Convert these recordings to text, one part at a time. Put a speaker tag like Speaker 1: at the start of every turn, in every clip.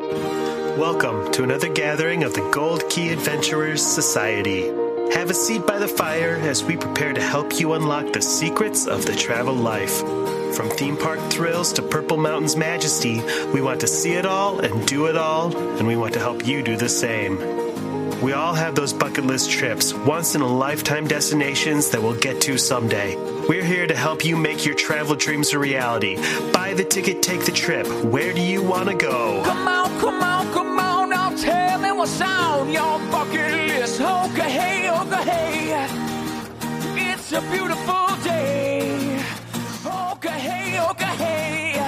Speaker 1: Welcome to another gathering of the Gold Key Adventurers Society. Have a seat by the fire as we prepare to help you unlock the secrets of the travel life. From theme park thrills to Purple Mountain's majesty, we want to see it all and do it all, and we want to help you do the same. We all have those bucket list trips, once in a lifetime destinations that we'll get to someday. We're here to help you make your travel dreams a reality. Buy the ticket, take the trip. Where do you want to go?
Speaker 2: Come on, come on, come on, now tell me what's on your bucket list. Oh, Okay, hey, okay, hey. It's a beautiful day. Oh, Okay, hey, okay, hey.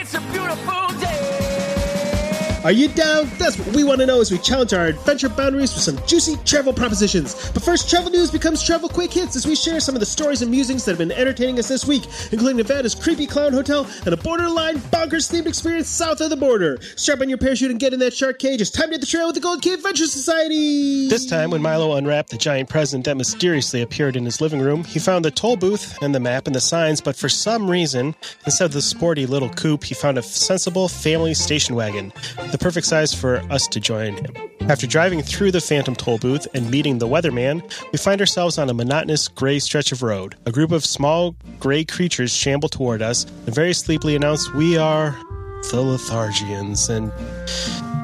Speaker 2: It's a beautiful day.
Speaker 3: Are you down? That's what we want to know as we challenge our adventure boundaries with some juicy travel propositions. But first, travel news becomes travel quick hits as we share some of the stories and musings that have been entertaining us this week, including Nevada's creepy clown hotel and a borderline bonkers themed experience south of the border. Strap on your parachute and get in that shark cage. It's time to hit the trail with the Gold Key Adventure Society.
Speaker 1: This time, when Milo unwrapped the giant present that mysteriously appeared in his living room, he found the toll booth and the map and the signs, but for some reason, instead of the sporty little coupe, he found a sensible family station wagon, the perfect size for us to join him. After driving through the phantom toll booth and meeting the weatherman, we find ourselves on a monotonous gray stretch of road. A group of small gray creatures shamble toward us and very sleepily announce, We are the Lethargians, and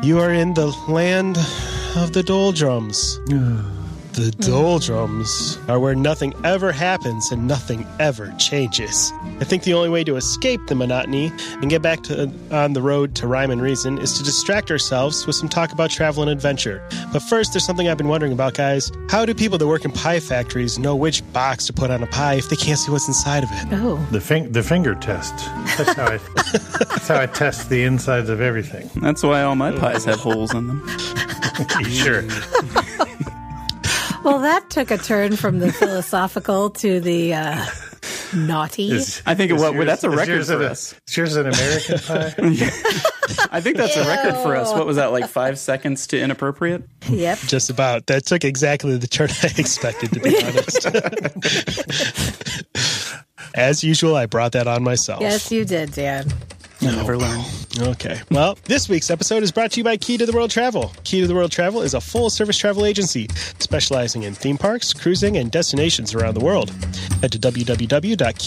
Speaker 1: you are in the land of the doldrums. the doldrums are where nothing ever happens and nothing ever changes. I think the only way to escape the monotony and get back to on the road to rhyme and reason is to distract ourselves with some talk about travel and adventure. But first, there's something I've been wondering about, guys. How do people that work in pie factories know which box to put on a pie if they can't see what's inside of it?
Speaker 4: The, fing- the finger test. That's how I. that's how I test the insides of everything.
Speaker 5: That's why all my pies have holes in them.
Speaker 4: sure.
Speaker 6: Well, that took a turn from the philosophical to the uh, naughty.
Speaker 4: Is-
Speaker 5: I think it
Speaker 4: is
Speaker 5: wa- well, that's a
Speaker 4: is
Speaker 5: record
Speaker 4: yours
Speaker 5: for
Speaker 4: an-
Speaker 5: us.
Speaker 4: Is yours an American pie?
Speaker 5: I think that's a record for us. What was that, like five seconds to inappropriate?
Speaker 6: Yep.
Speaker 1: Just about. That took exactly the turn I expected, to be honest. As usual, I brought that on myself.
Speaker 6: Yes, you did, Dan.
Speaker 5: Never learn.
Speaker 1: Okay. Well, this week's episode is brought to you by Key to the World Travel. Key to the World Travel is a full service travel agency specializing in theme parks, cruising, and destinations around the world. Head to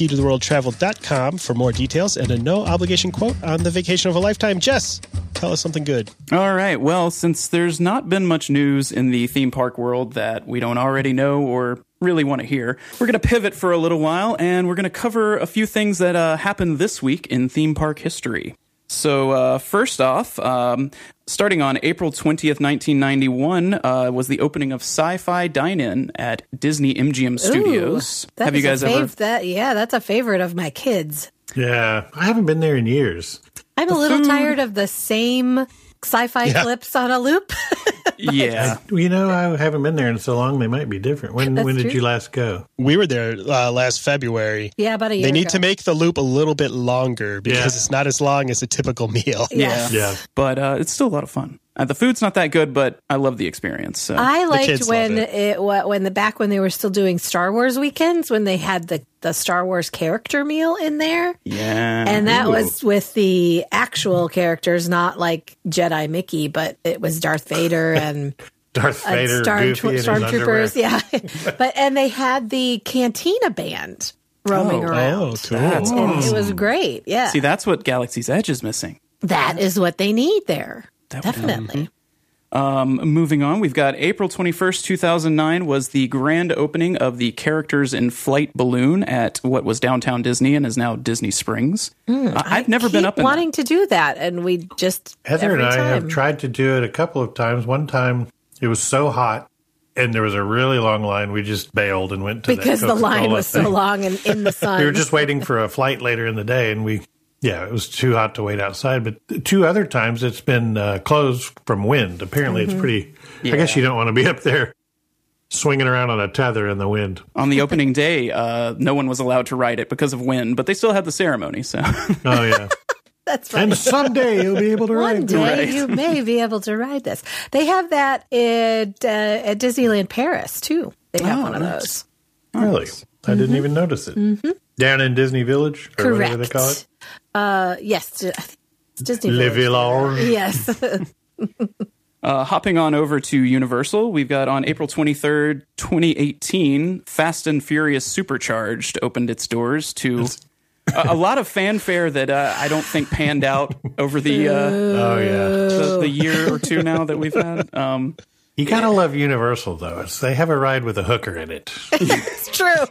Speaker 1: www.keytotheworldtravel.com for more details and a no obligation quote on the vacation of a lifetime. Jess, tell us something good.
Speaker 5: All right. Well, since there's not been much news in the theme park world that we don't already know or really want to hear, we're going to pivot for a little while and we're going to cover a few things that uh, happened this week in theme park history. So, uh, first off, um, starting on April 20th, 1991, uh, was the opening of Sci Fi Dine In at Disney MGM Studios.
Speaker 6: That
Speaker 5: Have you
Speaker 6: is
Speaker 5: guys
Speaker 6: a fav-
Speaker 5: ever?
Speaker 6: That, yeah, that's a favorite of my kids.
Speaker 4: yeah, I haven't been there in years.
Speaker 6: I'm a little tired of the same sci-fi clips on a loop.
Speaker 5: yeah.
Speaker 4: Well, you know, I haven't been there in so long. They might be different. When
Speaker 6: That's
Speaker 4: when did
Speaker 6: true.
Speaker 4: you last go?
Speaker 1: We were there uh, last February.
Speaker 6: yeah, about a year
Speaker 1: They need
Speaker 6: ago.
Speaker 1: to make the loop a little bit longer because
Speaker 4: Yeah.
Speaker 1: it's not as long as a typical meal.
Speaker 6: Yes.
Speaker 4: Yeah,
Speaker 5: but uh, it's still a lot of fun. Uh, the food's not that good, but I love the experience. So.
Speaker 6: I liked
Speaker 1: kids love
Speaker 6: when
Speaker 1: it.
Speaker 6: it wa- when the back when they were still doing Star Wars weekends when they had the the Star Wars character meal in there.
Speaker 5: yeah.
Speaker 6: And that was with the actual characters, not like Jedi Mickey, but it was Darth Vader and
Speaker 4: Darth
Speaker 6: uh,
Speaker 4: Vader,
Speaker 6: Storm-
Speaker 4: Goofy, and his underwear.
Speaker 6: Stormtroopers. Yeah, but and they had the Cantina band roaming
Speaker 5: Oh,
Speaker 1: Oh,
Speaker 6: around.
Speaker 1: cool.
Speaker 6: And it was great. Yeah,
Speaker 5: See, that's what Galaxy's Edge is missing.
Speaker 6: that is what they need there.
Speaker 5: That would-
Speaker 6: Definitely.
Speaker 5: Um, moving on, we've got April 21st, 2009 was the grand opening of the Characters in Flight balloon at what was downtown Disney and is now Disney Springs. Uh, I've never been
Speaker 6: Hmm. Keep
Speaker 5: up in
Speaker 6: wanting to do that, and we just
Speaker 4: Heather
Speaker 6: every
Speaker 4: and I
Speaker 6: time.
Speaker 4: have tried to do it a couple of times. One time it was so hot and there was a really long line. We just bailed and went to
Speaker 6: because
Speaker 4: that
Speaker 6: the line
Speaker 4: Coca-Cola
Speaker 6: was so
Speaker 4: thing.
Speaker 6: long and in the sun.
Speaker 4: We were just waiting for a flight later in the day, and we yeah, it was too hot to wait outside. But two other times it's been uh, closed from wind. Apparently,
Speaker 6: Mm-hmm.
Speaker 4: it's pretty. I guess you don't want to be up there swinging around on a tether in the wind.
Speaker 5: on the opening day. Uh, no one was allowed to ride it because of wind, but they still had the ceremony. So
Speaker 4: Oh yeah,
Speaker 6: That's right.
Speaker 4: And someday you'll be able to
Speaker 6: One
Speaker 4: ride.
Speaker 6: day
Speaker 5: Right.
Speaker 6: you may be able to ride this. They have that at, uh, at Disneyland Paris too. They have
Speaker 5: Oh,
Speaker 6: one of
Speaker 5: nice.
Speaker 6: those.
Speaker 4: Really? I didn't even notice it. Down in Disney Village, or whatever they call it,
Speaker 6: Mm-hmm. Correct. Uh, yes, I think it's Disney.
Speaker 4: Le
Speaker 6: Village.
Speaker 4: Village.
Speaker 6: Yes.
Speaker 5: Uh, hopping on over to Universal, we've got on April 23rd, 2018, Fast and Furious Supercharged opened its doors to a, a lot of fanfare that uh, I don't think panned out over the, uh,
Speaker 4: Oh yeah,
Speaker 5: the the year or two now that we've had. Um,
Speaker 4: you gotta love Universal though. It's, they have a ride with a hooker in it.
Speaker 6: It's true.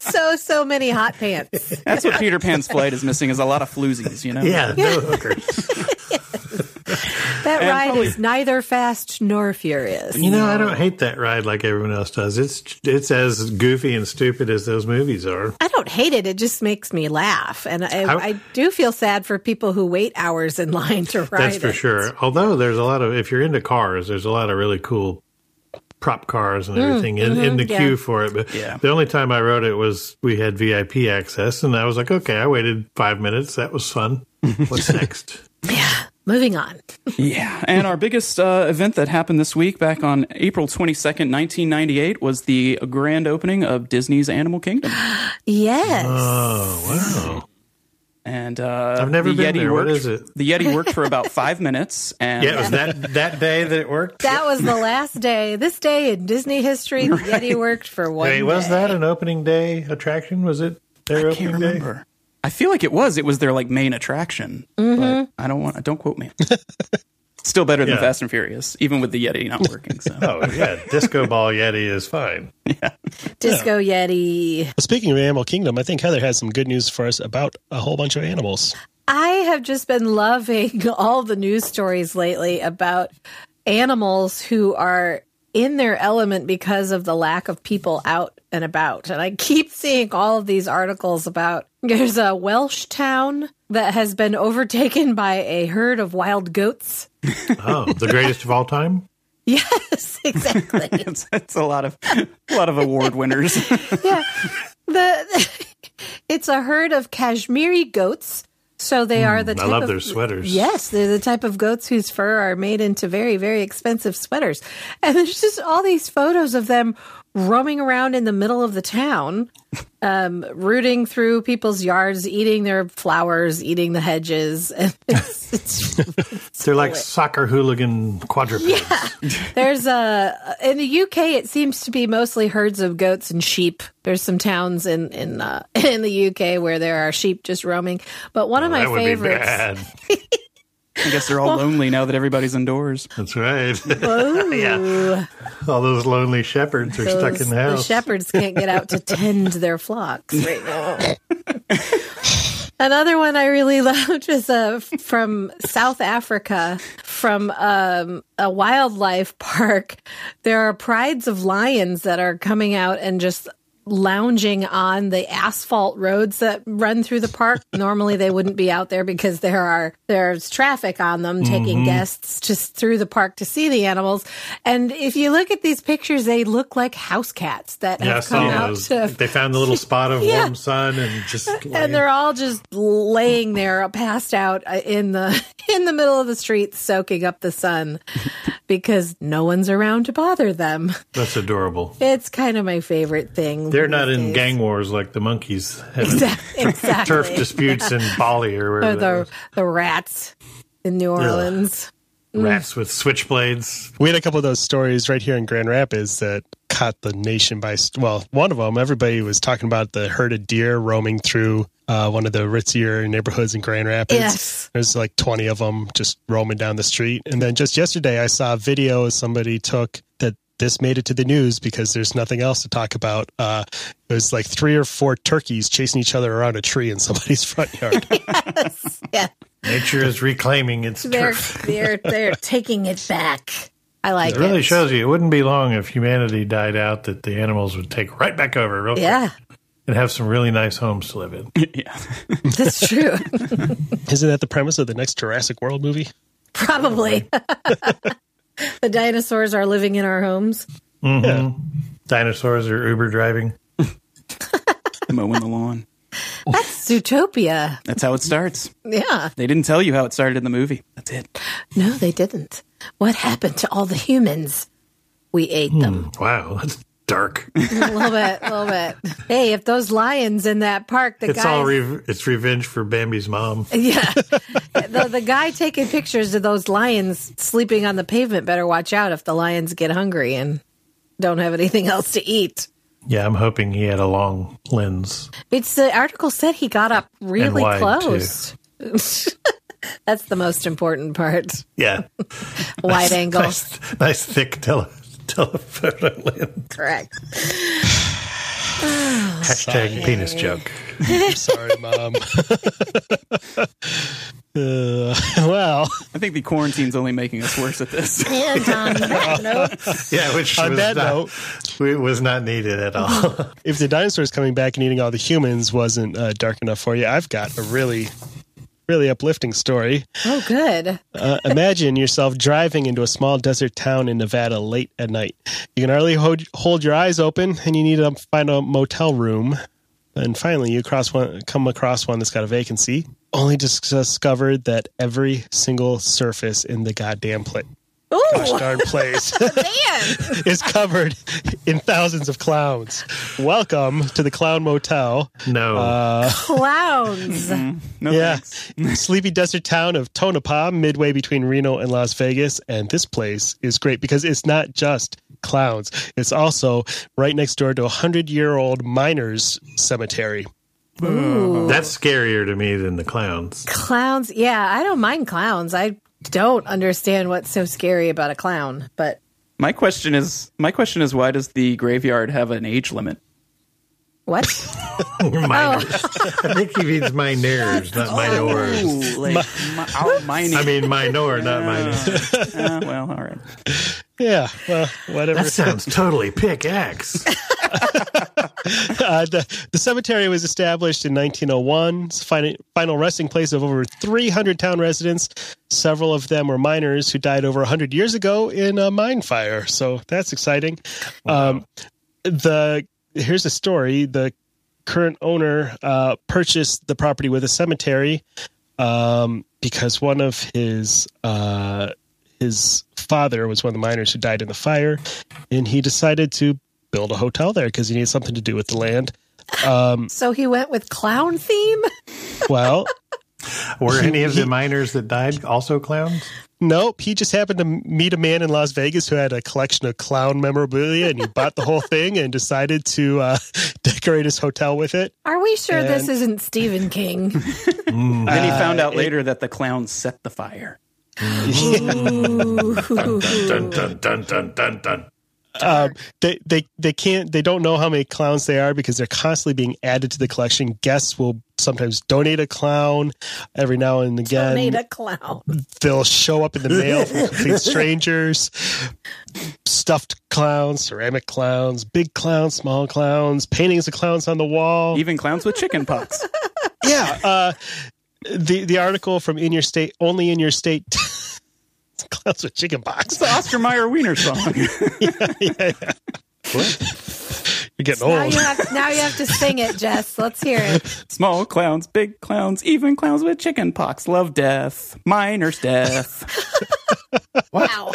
Speaker 6: So so many hot pants.
Speaker 5: that's what Peter Pan's flight is missing is a lot of floozies, you know.
Speaker 4: Yeah, no hookers.
Speaker 6: That
Speaker 5: And
Speaker 6: ride
Speaker 5: probably-
Speaker 6: is neither fast nor furious.
Speaker 4: You know, I don't hate that ride like everyone else does. It's it's as goofy and stupid as those movies are.
Speaker 6: I don't hate it. It just makes me laugh, and I, I,
Speaker 4: I-
Speaker 6: do feel sad for people who wait hours in line to ride.
Speaker 4: That's for
Speaker 6: it.
Speaker 4: sure. Although there's a lot of, if you're into cars, there's a lot of really cool prop cars and everything in, in the
Speaker 6: Mm, mm-hmm, yeah.
Speaker 4: queue for it. But
Speaker 5: Yeah.
Speaker 4: the only time I rode it was we had VIP access, and I was like, okay, I waited five minutes. That was fun. What's next?
Speaker 6: Moving on.
Speaker 5: Yeah. And our biggest uh, event that happened this week, back on April 22nd, 1998, was the grand opening of Disney's Animal Kingdom.
Speaker 6: Yes.
Speaker 4: Oh, wow.
Speaker 5: And uh,
Speaker 4: I've never
Speaker 5: the
Speaker 4: been
Speaker 5: Yeti
Speaker 4: there. What
Speaker 5: Worked,
Speaker 4: is it?
Speaker 5: The Yeti worked for about five minutes, and
Speaker 4: Yeah, it was that, that day that it worked.
Speaker 6: that was the last day. This day in Disney history, the Yeti worked for one.
Speaker 4: Wait, was
Speaker 6: day.
Speaker 4: that an opening day attraction? Was it their
Speaker 5: I
Speaker 4: opening
Speaker 5: can't remember. I feel like it was. It was their like main attraction, but I don't want. Don't quote me. Still better than
Speaker 4: Yeah.
Speaker 5: Fast and Furious, even with the Yeti not working. So
Speaker 4: day? Oh, yeah. Disco Ball Yeti is fine.
Speaker 6: Disco Yeti.
Speaker 3: Well, speaking of Animal Kingdom, I think Heather has some good news for us about a whole bunch of animals.
Speaker 6: I have just been loving all the news stories lately about animals who are in their element because of the lack of people out and about. And I keep seeing all of these articles about there's a Welsh town that has been overtaken by a herd of wild goats.
Speaker 4: Oh, the greatest of all time?
Speaker 6: Yes, exactly.
Speaker 5: it's, it's a lot of a lot of award winners.
Speaker 6: yeah. The it's a herd of Kashmiri goats. So they are the
Speaker 4: Hmm, I
Speaker 6: type
Speaker 4: love
Speaker 6: of
Speaker 4: their sweaters.
Speaker 6: Yes, they're the type of goats whose fur are made into very, very expensive sweaters. And there's just all these photos of them roaming around in the middle of the town, um, rooting through people's yards, eating their flowers, eating the hedges. And it's- it's-
Speaker 4: They're like soccer hooligan quadrupeds.
Speaker 6: there's a in the UK. It seems to be mostly herds of goats and sheep. There's some towns in in uh, in the UK where there are sheep just roaming. But one of my
Speaker 4: Oh, that would
Speaker 6: favorites.
Speaker 4: be bad.
Speaker 5: I guess they're all lonely now that everybody's indoors.
Speaker 4: That's right. yeah. All those lonely shepherds are stuck
Speaker 6: Those-
Speaker 4: in the house.
Speaker 6: shepherds can't get out to tend their flocks right now. Another one I really loved was uh, from South Africa, from um, a wildlife park. There are prides of lions that are coming out and just lounging on the asphalt roads that run through the park. Normally they wouldn't be out there because there are there's traffic on them
Speaker 4: Mm-hmm.
Speaker 6: taking guests just through the park to see the animals. And if you look at these pictures, they look like house cats that
Speaker 4: yeah, I
Speaker 6: have come
Speaker 4: saw
Speaker 6: out
Speaker 4: those.
Speaker 6: to
Speaker 4: They found the little spot of
Speaker 6: Yeah.
Speaker 4: warm sun and just.
Speaker 6: and they're all just laying there passed out uh, in the in the middle of the street soaking up the sun because no one's around to bother them
Speaker 4: That's adorable.
Speaker 6: it's kind of my favorite thing
Speaker 4: They're not
Speaker 6: these
Speaker 4: in
Speaker 6: days.
Speaker 4: gang wars like the monkeys having
Speaker 6: exactly
Speaker 4: turf disputes in Bali or
Speaker 6: Or
Speaker 4: wherever. that
Speaker 6: the
Speaker 4: was.
Speaker 6: the rats in new orleans
Speaker 4: Rats with switchblades.
Speaker 3: We had a couple of those stories right here in Grand Rapids that caught the nation by st- well, one of them. Everybody was talking about the herd of deer roaming through uh, one of the ritzier neighborhoods in Grand Rapids.
Speaker 6: Yes.
Speaker 3: There's like 20 of them just roaming down the street. And then just yesterday, I saw a video somebody took that this made it to the news because there's nothing else to talk about. Uh, it was like three or four turkeys chasing each other around a tree in somebody's front yard.
Speaker 6: yeah
Speaker 4: Nature is reclaiming its
Speaker 6: they're
Speaker 4: turf.
Speaker 6: they're they're taking it back i like
Speaker 4: It really
Speaker 6: it.
Speaker 4: shows you it wouldn't be long if humanity died out that the animals would take right back over real quick
Speaker 6: yeah
Speaker 4: and have some really nice homes to live in.
Speaker 6: that's true
Speaker 3: Isn't that the premise of the next Jurassic World movie?
Speaker 6: probably the dinosaurs are living in our homes
Speaker 4: Dinosaurs are Uber driving.
Speaker 5: Mowing the lawn.
Speaker 6: That's Zootopia.
Speaker 5: That's how it starts.
Speaker 6: Yeah.
Speaker 5: They didn't tell you how it started in the movie. That's it.
Speaker 6: No, they didn't. What happened to all the humans? We ate them.
Speaker 4: Wow, that's dark.
Speaker 6: a little bit, a little bit. Hey, if those lions in that park, the
Speaker 4: It's all
Speaker 6: guys,
Speaker 4: re- it's revenge for Bambi's mom.
Speaker 6: yeah, the, the guy taking pictures of those lions sleeping on the pavement better watch out if the lions get hungry and don't have anything else to eat.
Speaker 4: Yeah, I'm hoping he had a long lens.
Speaker 6: It's the article said he got up really
Speaker 4: wide, too.
Speaker 6: close. That's the most important part.
Speaker 4: Yeah,
Speaker 6: Wide angle.
Speaker 4: nice, nice thick tele- telephoto lens.
Speaker 6: Correct.
Speaker 4: Hashtag penis joke.
Speaker 3: I'm sorry, mom. uh, well,
Speaker 5: I think the quarantine's only making us worse at this.
Speaker 6: And on that note,
Speaker 4: Yeah, which
Speaker 3: on
Speaker 4: was
Speaker 3: that
Speaker 4: not,
Speaker 3: note,
Speaker 4: it was not needed at all.
Speaker 3: if the dinosaurs coming back and eating all the humans wasn't uh, dark enough for you, I've got a really, really uplifting story.
Speaker 6: oh, good.
Speaker 3: Uh, imagine yourself driving into a small desert town in Nevada late at night. You can hardly hold, hold your eyes open, and you need to find a motel room. And finally, you cross one, come across one that's got a vacancy. Only dis- discovered that every single surface in the goddamn pla- gosh
Speaker 6: Ooh,
Speaker 3: darn place
Speaker 6: man.
Speaker 3: is covered in thousands of clowns. Welcome to the Clown Motel.
Speaker 4: No,
Speaker 6: Clowns.
Speaker 5: No
Speaker 3: Yeah.
Speaker 5: thanks.
Speaker 3: Sleepy desert town of Tonopah, midway between Reno and Las Vegas. And this place is great because it's not just clowns, it's also right next door to a 100 year old miners cemetery. Oh.
Speaker 4: that's scarier to me than the clowns.
Speaker 6: Clowns. Yeah, I don't mind clowns. I don't understand what's so scary about a clown, but
Speaker 5: My question is my question is why does the graveyard have an age limit?
Speaker 6: what?
Speaker 4: Miners. I think he means minors,
Speaker 5: Oh.
Speaker 4: not minors.
Speaker 5: like my, oh, mining.
Speaker 4: I mean minor, not minors.
Speaker 5: Uh, well, all right.
Speaker 3: Yeah, well, whatever.
Speaker 4: That sounds totally pickaxe.
Speaker 3: Uh, the, the cemetery was established in 1901, It's the final, final resting place of over 300 town residents. Several of them were miners who died over 100 years ago in a mine fire. So that's exciting. Um, the here's a story: the current owner uh, purchased the property with a cemetery um, because one of his uh, his father was one of the miners who died in the fire, and he decided to build a hotel there because he needed something to do with the land.
Speaker 6: So he went with clown theme?
Speaker 3: Well,
Speaker 4: Were any of the miners that died also clowns?
Speaker 3: nope. He just happened to meet a man in Las Vegas who had a collection of clown memorabilia, and he bought the whole thing and decided to uh, decorate his hotel with it.
Speaker 6: Are we sure this
Speaker 3: And-
Speaker 6: isn't Stephen King?
Speaker 5: Then he found
Speaker 4: Uh,
Speaker 5: out later that the clowns set the fire.
Speaker 4: Dun dun dun dun dun dun.
Speaker 3: Um, they they they can't they don't know how many clowns they are because they're constantly being added to the collection. Guests will sometimes donate a clown every now and again.
Speaker 6: Made a clown.
Speaker 3: They'll show up in the mail from complete strangers. Stuffed clowns, ceramic clowns, big clowns, small clowns, paintings of clowns on the wall.
Speaker 5: Even clowns with chicken pox.
Speaker 3: yeah. Uh, the the article from In Your State, only in your state. Clowns with chicken pox.
Speaker 5: It's the Oscar Mayer Wiener song.
Speaker 3: You're getting
Speaker 6: Now
Speaker 3: old.
Speaker 6: you, have, now you have to sing it, Jess. Let's hear it.
Speaker 5: Small clowns, big clowns, even clowns with chicken pox love death, miners death.
Speaker 6: Wow.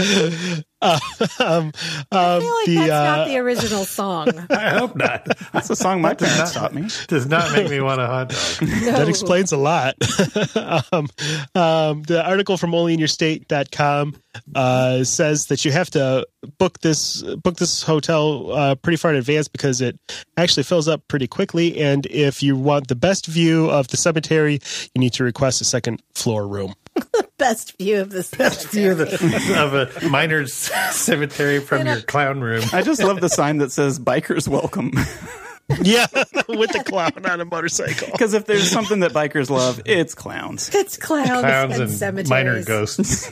Speaker 4: Um,
Speaker 6: I feel like
Speaker 3: the,
Speaker 6: that's
Speaker 3: uh,
Speaker 6: not the original song.
Speaker 4: I hope not.
Speaker 5: That's a song my
Speaker 4: Does
Speaker 5: parents
Speaker 4: not-
Speaker 5: taught me.
Speaker 4: Does not make me want a hot dog.
Speaker 3: That explains a lot. um, um, the article from onlyinyourstate.com uh, says that you have to book this book this hotel uh, pretty far in advance because it actually fills up pretty quickly. And if you want the best view of the cemetery, you need to request a second floor room.
Speaker 6: Best view of this.
Speaker 4: View of, the, of a miner's cemetery from your clown room.
Speaker 5: I just love the sign that says bikers welcome.
Speaker 3: Yeah, with the clown on a motorcycle.
Speaker 5: Because if there's something that bikers love, it's clowns.
Speaker 6: It's clowns,
Speaker 4: Clowns
Speaker 6: and,
Speaker 4: and,
Speaker 6: cemeteries.
Speaker 4: minor ghosts.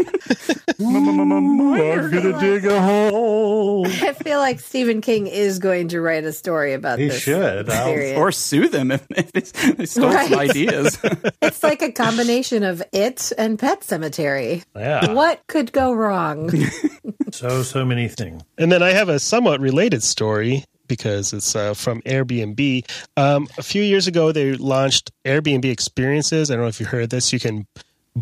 Speaker 5: Miner.
Speaker 4: gonna dig a hole.
Speaker 6: I feel like Stephen King is going to write a story about
Speaker 4: He
Speaker 6: this.
Speaker 4: should. I'll-
Speaker 6: period.
Speaker 5: Or sue them if, if they- they stole some
Speaker 6: Right.
Speaker 5: ideas.
Speaker 6: It's like a combination of it and Pet Cemetery.
Speaker 4: Yeah.
Speaker 6: What could go wrong?
Speaker 4: So so many things.
Speaker 3: And then I have a somewhat related story because it's uh, from Airbnb. Um, a few years ago, they launched Airbnb Experiences. I don't know if you heard this. You can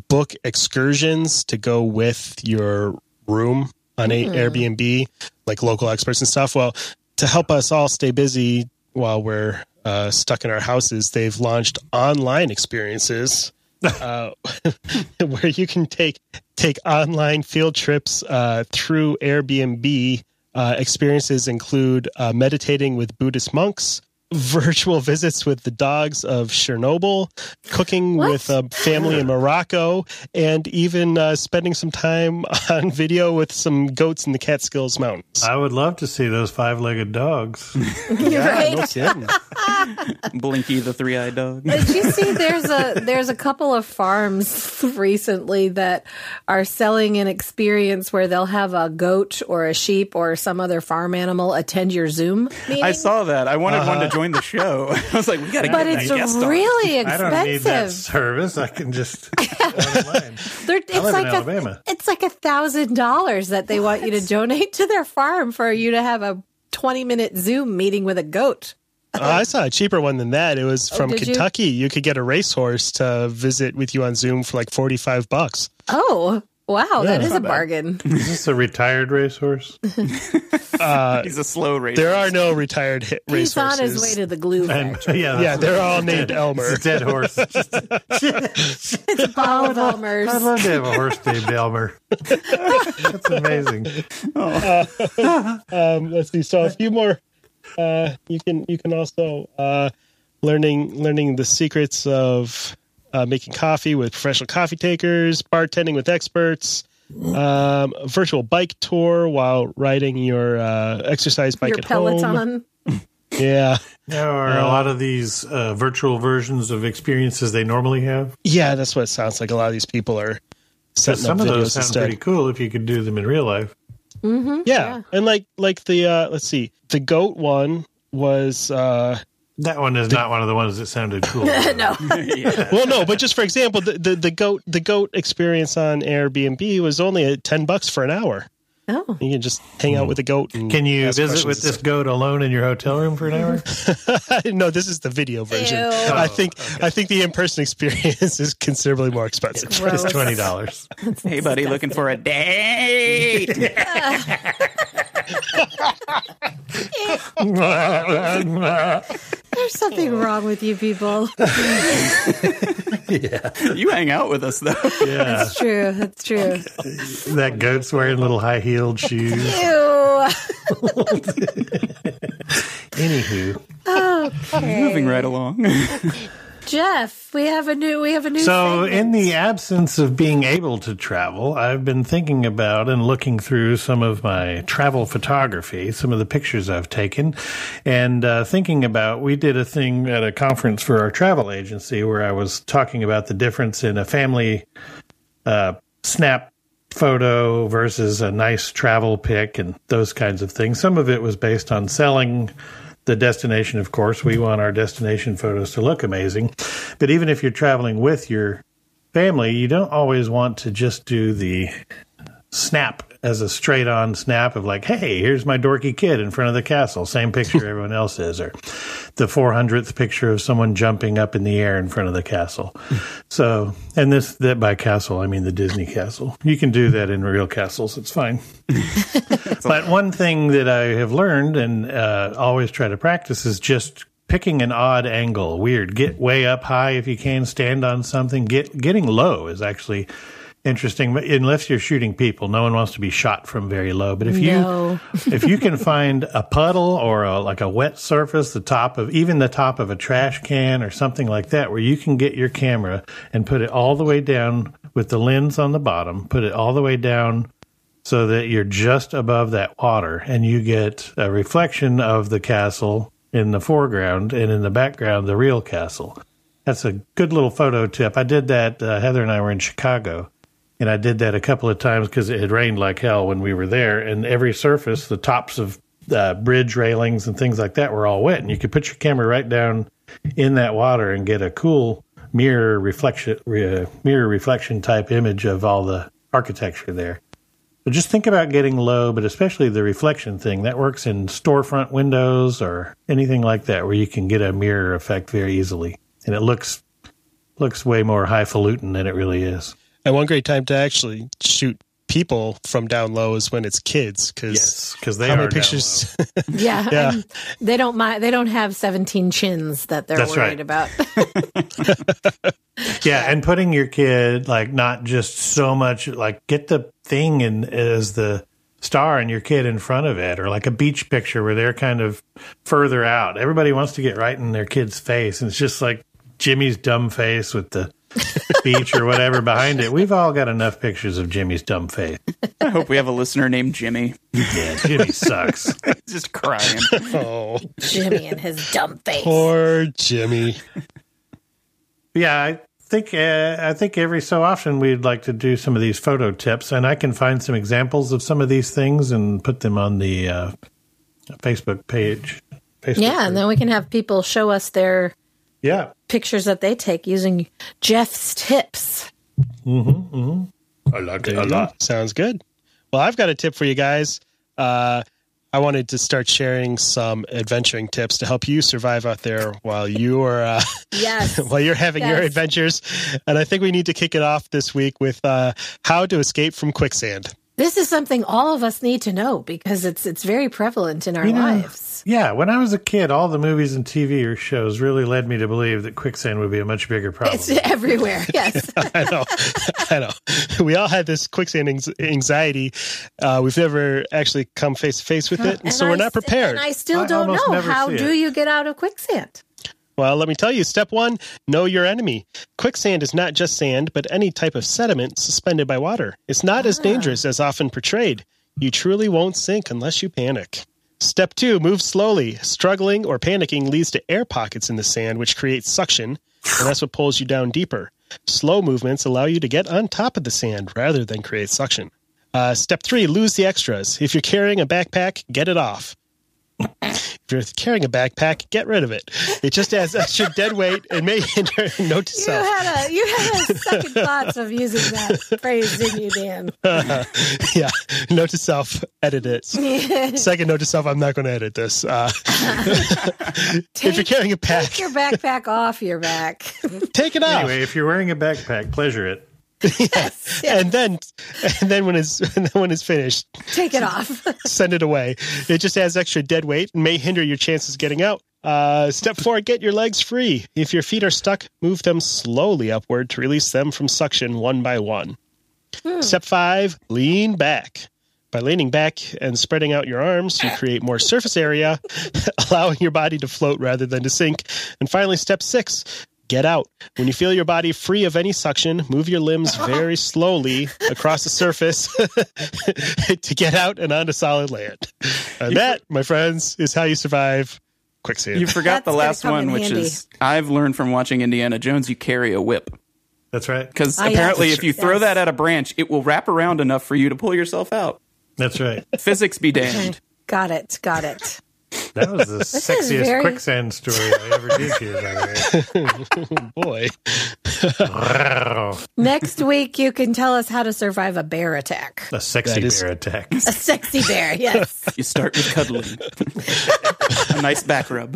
Speaker 3: book excursions to go with your room on a Airbnb, like local experts and stuff. Well, to help us all stay busy while we're uh, stuck in our houses, they've launched online experiences uh, where you can take take online field trips uh, through Airbnb. Uh, experiences include uh, meditating with Buddhist monks, virtual visits with the dogs of Chernobyl, cooking
Speaker 6: What?
Speaker 3: with uh, family in Morocco, and even uh, spending some time on video with some goats in the Catskills Mountains.
Speaker 4: I would love to see those five legged dogs.
Speaker 3: Yeah, no kidding.
Speaker 5: Blinky the three eyed dog.
Speaker 6: Did you see there's a there's a couple of farms recently that are selling an experience where they'll have a goat or a sheep or some other farm animal attend your Zoom meeting.
Speaker 5: I saw that. I wanted one to join the show. I was like, we got to get
Speaker 6: Uh-huh. but
Speaker 5: that
Speaker 6: it's
Speaker 5: guest on.
Speaker 6: really
Speaker 4: I don't need that
Speaker 6: expensive.
Speaker 4: service. I can just. online.
Speaker 6: They're, it's
Speaker 4: live in
Speaker 6: like
Speaker 4: Alabama.
Speaker 6: A, it's like a thousand dollars that they want you to donate to their farm for you to have a twenty minute Zoom meeting with a goat.
Speaker 3: Uh, I saw a cheaper one than that. It was from
Speaker 6: Oh, did you?
Speaker 3: Kentucky. You? could get a racehorse to visit with you on Zoom for like forty five bucks.
Speaker 6: Oh wow, that
Speaker 3: it's
Speaker 6: is a bargain.
Speaker 4: Is this a retired racehorse?
Speaker 5: He's a slow racer.
Speaker 3: There are no retired hit
Speaker 6: He's on
Speaker 3: racehorses.
Speaker 6: his way to the glue
Speaker 4: And,
Speaker 6: factory.
Speaker 4: yeah,
Speaker 3: yeah,
Speaker 4: yeah,
Speaker 3: they're all named Elmer.
Speaker 4: it's a dead horse. It's just-
Speaker 6: Ball of Elmer's.
Speaker 4: I'd love to have a horse named Elmer. That's amazing.
Speaker 3: um, let's see. So a few more. Uh, you can you can also uh, learning learning the secrets of uh, making coffee with professional coffee takers, bartending with experts, um, a virtual bike tour while riding your uh, exercise bike
Speaker 6: Your
Speaker 3: at
Speaker 6: Peloton.
Speaker 3: home. Yeah,
Speaker 4: Now, are a lot of these uh, virtual versions of experiences they normally have?
Speaker 3: yeah, that's what it sounds like. A lot of these people are setting
Speaker 4: Some
Speaker 3: up
Speaker 4: of
Speaker 3: videos
Speaker 4: those sound
Speaker 3: instead.
Speaker 4: pretty cool if you could do them in real life.
Speaker 6: Mm-hmm,
Speaker 3: yeah. and like like the uh, let's see, the goat one was. Uh,
Speaker 4: That one is not one of the ones that sounded cool. no.
Speaker 3: well, no, but just for example, the, the, the goat the goat experience on Airbnb was only at ten bucks for an hour.
Speaker 6: Oh.
Speaker 3: You can just hang out with the goat. And
Speaker 4: Hmm. Can you
Speaker 3: ask
Speaker 4: visit with
Speaker 3: questions
Speaker 4: this goat alone in your hotel room for an hour?
Speaker 3: and stuff. no, this is the video version.
Speaker 6: Ew.
Speaker 3: I think
Speaker 4: Oh,
Speaker 3: I think the in person experience is considerably more expensive.
Speaker 6: Gross.
Speaker 4: It's twenty dollars.
Speaker 5: Hey, buddy, looking for a date?
Speaker 6: There's something wrong with you people.
Speaker 5: you hang out with us, though.
Speaker 4: Yeah,
Speaker 6: It's true. It's true.
Speaker 4: that goat's wearing little high heeled shoes.
Speaker 6: Ew.
Speaker 4: Anywho,
Speaker 5: Moving right along.
Speaker 6: Jeff, we have a new we have a new
Speaker 4: so
Speaker 6: segment.
Speaker 4: in the absence of being able to travel, I've been thinking about and looking through some of my travel photography, some of the pictures I've taken, and uh, thinking about we did a thing at a conference for our travel agency where I was talking about the difference in a family uh, snap photo versus a nice travel pic and those kinds of things. Some of it was based on selling the destination, of course. We want our destination photos to look amazing. But even if you're traveling with your family, you don't always want to just do the snap as a straight on snap of like, hey, here's my dorky kid in front of the castle. Same picture everyone else is, or the 400th picture of someone jumping up in the air in front of the castle. so, and this, that by castle, I mean the Disney castle. You can do that in real castles. It's fine. But one thing that I have learned and uh, always try to practice is just picking an odd angle. Weird. Get way up high if you can. Stand on something. Get getting low is actually interesting. But Unless you're shooting people, no one wants to be shot from very low. But if
Speaker 6: No.
Speaker 4: you if you can find a puddle or a, like a wet surface, the top of even the top of a trash can or something like that, where you can get your camera and put it all the way down with the lens on the bottom, put it all the way down so that you're just above that water and you get a reflection of the castle in the foreground and in the background the real castle. That's a good little photo tip. I did that. Uh, Heather and I were in Chicago, and I did that a couple of times because it had rained like hell when we were there. And every surface, the tops of uh, bridge railings and things like that, were all wet. And you could put your camera right down in that water and get a cool mirror reflection, re- uh, mirror reflection type image of all the architecture there But just think about getting low, but especially the reflection thing. That works in storefront windows or anything like that where you can get a mirror effect very easily. And it looks looks way more highfalutin than it really is.
Speaker 3: And one great time to actually shoot people from down low is when it's kids because
Speaker 4: Yes, 'cause they
Speaker 3: how many
Speaker 4: are uh, down
Speaker 3: pictures
Speaker 6: Yeah.
Speaker 3: Yeah.
Speaker 6: and They don't mind. They don't have 17 chins that they're
Speaker 4: That's right.
Speaker 6: worried about.
Speaker 4: Yeah, and putting your kid like not just so much like get the thing in as the star and your kid in front of it, or like a beach picture where they're kind of further out. Everybody wants to get right in their kid's face, and it's just like Jimmy's dumb face with the beach or whatever behind it. We've all got enough pictures of Jimmy's dumb face.
Speaker 5: I hope we have a listener named Jimmy.
Speaker 4: Yeah, Jimmy sucks.
Speaker 5: Just crying.
Speaker 3: oh
Speaker 6: Jimmy and his dumb face.
Speaker 3: poor jimmy
Speaker 4: Yeah, I think uh, I think every so often we'd like to do some of these photo tips, and I can find some examples of some of these things and put them on the uh, Facebook page. Facebook
Speaker 6: yeah. And
Speaker 4: group.
Speaker 6: then we can have people show us their
Speaker 4: yeah,
Speaker 6: pictures that they take using Jeff's tips.
Speaker 4: I like
Speaker 3: There you go. Sounds good. Well, I've got a tip for you guys. Uh, I wanted to start sharing some adventuring tips to help you survive out there while you are uh,
Speaker 6: Yes.
Speaker 3: while you're having your
Speaker 6: Yes.
Speaker 3: adventures. And I think we need to kick it off this week with uh, how to escape from quicksand.
Speaker 6: this is something all of us need to know because it's it's very prevalent in our
Speaker 4: You know,
Speaker 6: lives.
Speaker 4: Yeah, when I was a kid, all the movies and TV or shows really led me to believe that quicksand would be a much bigger problem.
Speaker 6: It's everywhere. Yes.
Speaker 3: I know, I know. We all had this quicksand anx- anxiety. Uh, we've never actually come face to face with it, and
Speaker 6: And
Speaker 3: so we're
Speaker 6: I
Speaker 3: not
Speaker 6: s-
Speaker 3: prepared.
Speaker 6: And I still
Speaker 4: I
Speaker 6: don't
Speaker 4: almost
Speaker 6: know
Speaker 4: never
Speaker 6: how
Speaker 4: see
Speaker 6: do
Speaker 4: it.
Speaker 6: you get out of quicksand?
Speaker 3: Well, Uh, let me tell you step one know your enemy. Quicksand is not just sand, but any type of sediment suspended by water. It's not as dangerous as often portrayed. You truly won't sink unless you panic. Step two move slowly. Struggling or panicking leads to air pockets in the sand, which creates suction, and that's what pulls you down deeper. Slow movements allow you to get on top of the sand rather than create suction. Uh, step three lose the extras. If you're carrying a backpack, get it off. If you're carrying a backpack, get rid of it. It just adds extra dead weight and may hinder note to
Speaker 6: You
Speaker 3: self.
Speaker 6: had a you had a second thoughts of using that phrase, didn't you, Dan?
Speaker 3: yeah. Note to self, edit it. Second note to self, I'm not going to edit this. Uh, if you're
Speaker 6: Take-
Speaker 3: carrying a pack,
Speaker 6: Take your backpack off your back.
Speaker 3: take it off.
Speaker 4: Anyway, if you're wearing a backpack, pleasure it.
Speaker 3: And then, and then when it's and then when it's finished,
Speaker 6: Take it off.
Speaker 3: send it away. It just adds extra dead weight and may hinder your chances getting out. Uh, step four: get your legs free. If your feet are stuck, move them slowly upward to release them from suction one by one. Step five: lean back. By leaning back and spreading out your arms, you create more surface area, allowing your body to float rather than to sink. And finally, step six. Get out. When you feel your body free of any suction, move your limbs very slowly across the surface to get out and onto solid land. And that, my friends, is how you survive quicksand.
Speaker 5: You forgot the
Speaker 6: That's gonna
Speaker 5: last one,
Speaker 6: come in
Speaker 5: which
Speaker 6: handy.
Speaker 5: is I've learned from watching Indiana Jones, you carry a whip.
Speaker 4: That's right.
Speaker 5: Because
Speaker 6: Ah, yeah.
Speaker 5: apparently, if you throw
Speaker 6: Yes.
Speaker 5: that at a branch, it will wrap around enough for you to pull yourself out.
Speaker 4: That's right.
Speaker 5: Physics be damned.
Speaker 6: Got it. Got it.
Speaker 4: That was the
Speaker 6: is
Speaker 4: sexiest
Speaker 6: very-
Speaker 4: quicksand story I ever did hear. By the
Speaker 3: Boy.
Speaker 4: way,
Speaker 6: Next week you can tell us how to survive a bear attack.
Speaker 4: a
Speaker 3: That
Speaker 4: sexy
Speaker 3: is-
Speaker 4: bear attack.
Speaker 6: A sexy bear, yes.
Speaker 5: You start with cuddling, a nice back rub,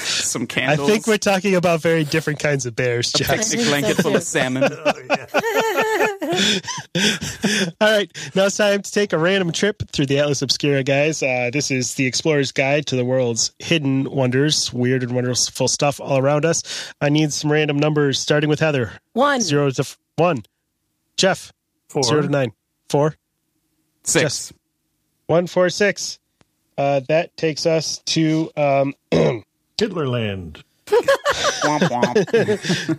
Speaker 5: some
Speaker 3: I
Speaker 5: candles,
Speaker 3: think we're talking about very different kinds of bears, Jeff.
Speaker 5: picnic blanket full of salmon.
Speaker 3: All right, now it's time to take a random trip through the Atlas Obscura, guys. Uh, this is the explorer's guide to the world's hidden wonders, weird and wonderful stuff all around us. I need some random numbers, starting with Heather.
Speaker 6: One.
Speaker 3: Zero to f- one. Jeff.
Speaker 4: Four.
Speaker 3: Zero to nine. Four.
Speaker 5: Six.
Speaker 3: Just- One, four, six. Uh, that takes us to. Um,
Speaker 4: Hitlerland.
Speaker 5: Womp womp.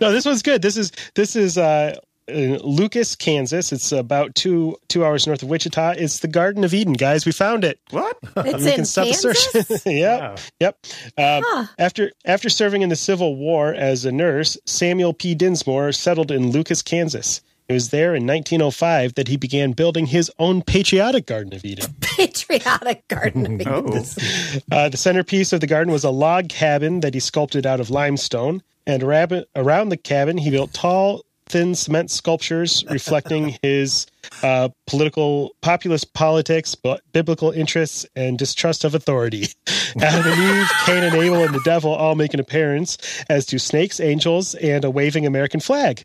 Speaker 3: no, this one's good. This is this is uh, in Lucas, Kansas. It's about two two hours north of Wichita. It's the Garden of Eden, guys. We found it.
Speaker 5: What?
Speaker 6: It's in
Speaker 3: stop the
Speaker 6: Kansas.
Speaker 3: search. yep.
Speaker 4: Wow.
Speaker 3: Yep. Um,
Speaker 6: Huh.
Speaker 3: After after serving in the Civil War as a nurse, Samuel P. Dinsmore settled in Lucas, Kansas. It was there in 1905 that he began building his own patriotic Garden of Eden.
Speaker 6: Patriotic garden. of Eden.
Speaker 5: Oh,
Speaker 3: Uh, the centerpiece of the garden was a log cabin that he sculpted out of limestone, and arab- around the cabin he built tall, thin cement sculptures reflecting his uh, political populist politics, bu- biblical interests, and distrust of authority. Adam and Eve, Cain and Abel, and the devil all make an appearance, as do snakes, angels, and a waving American flag.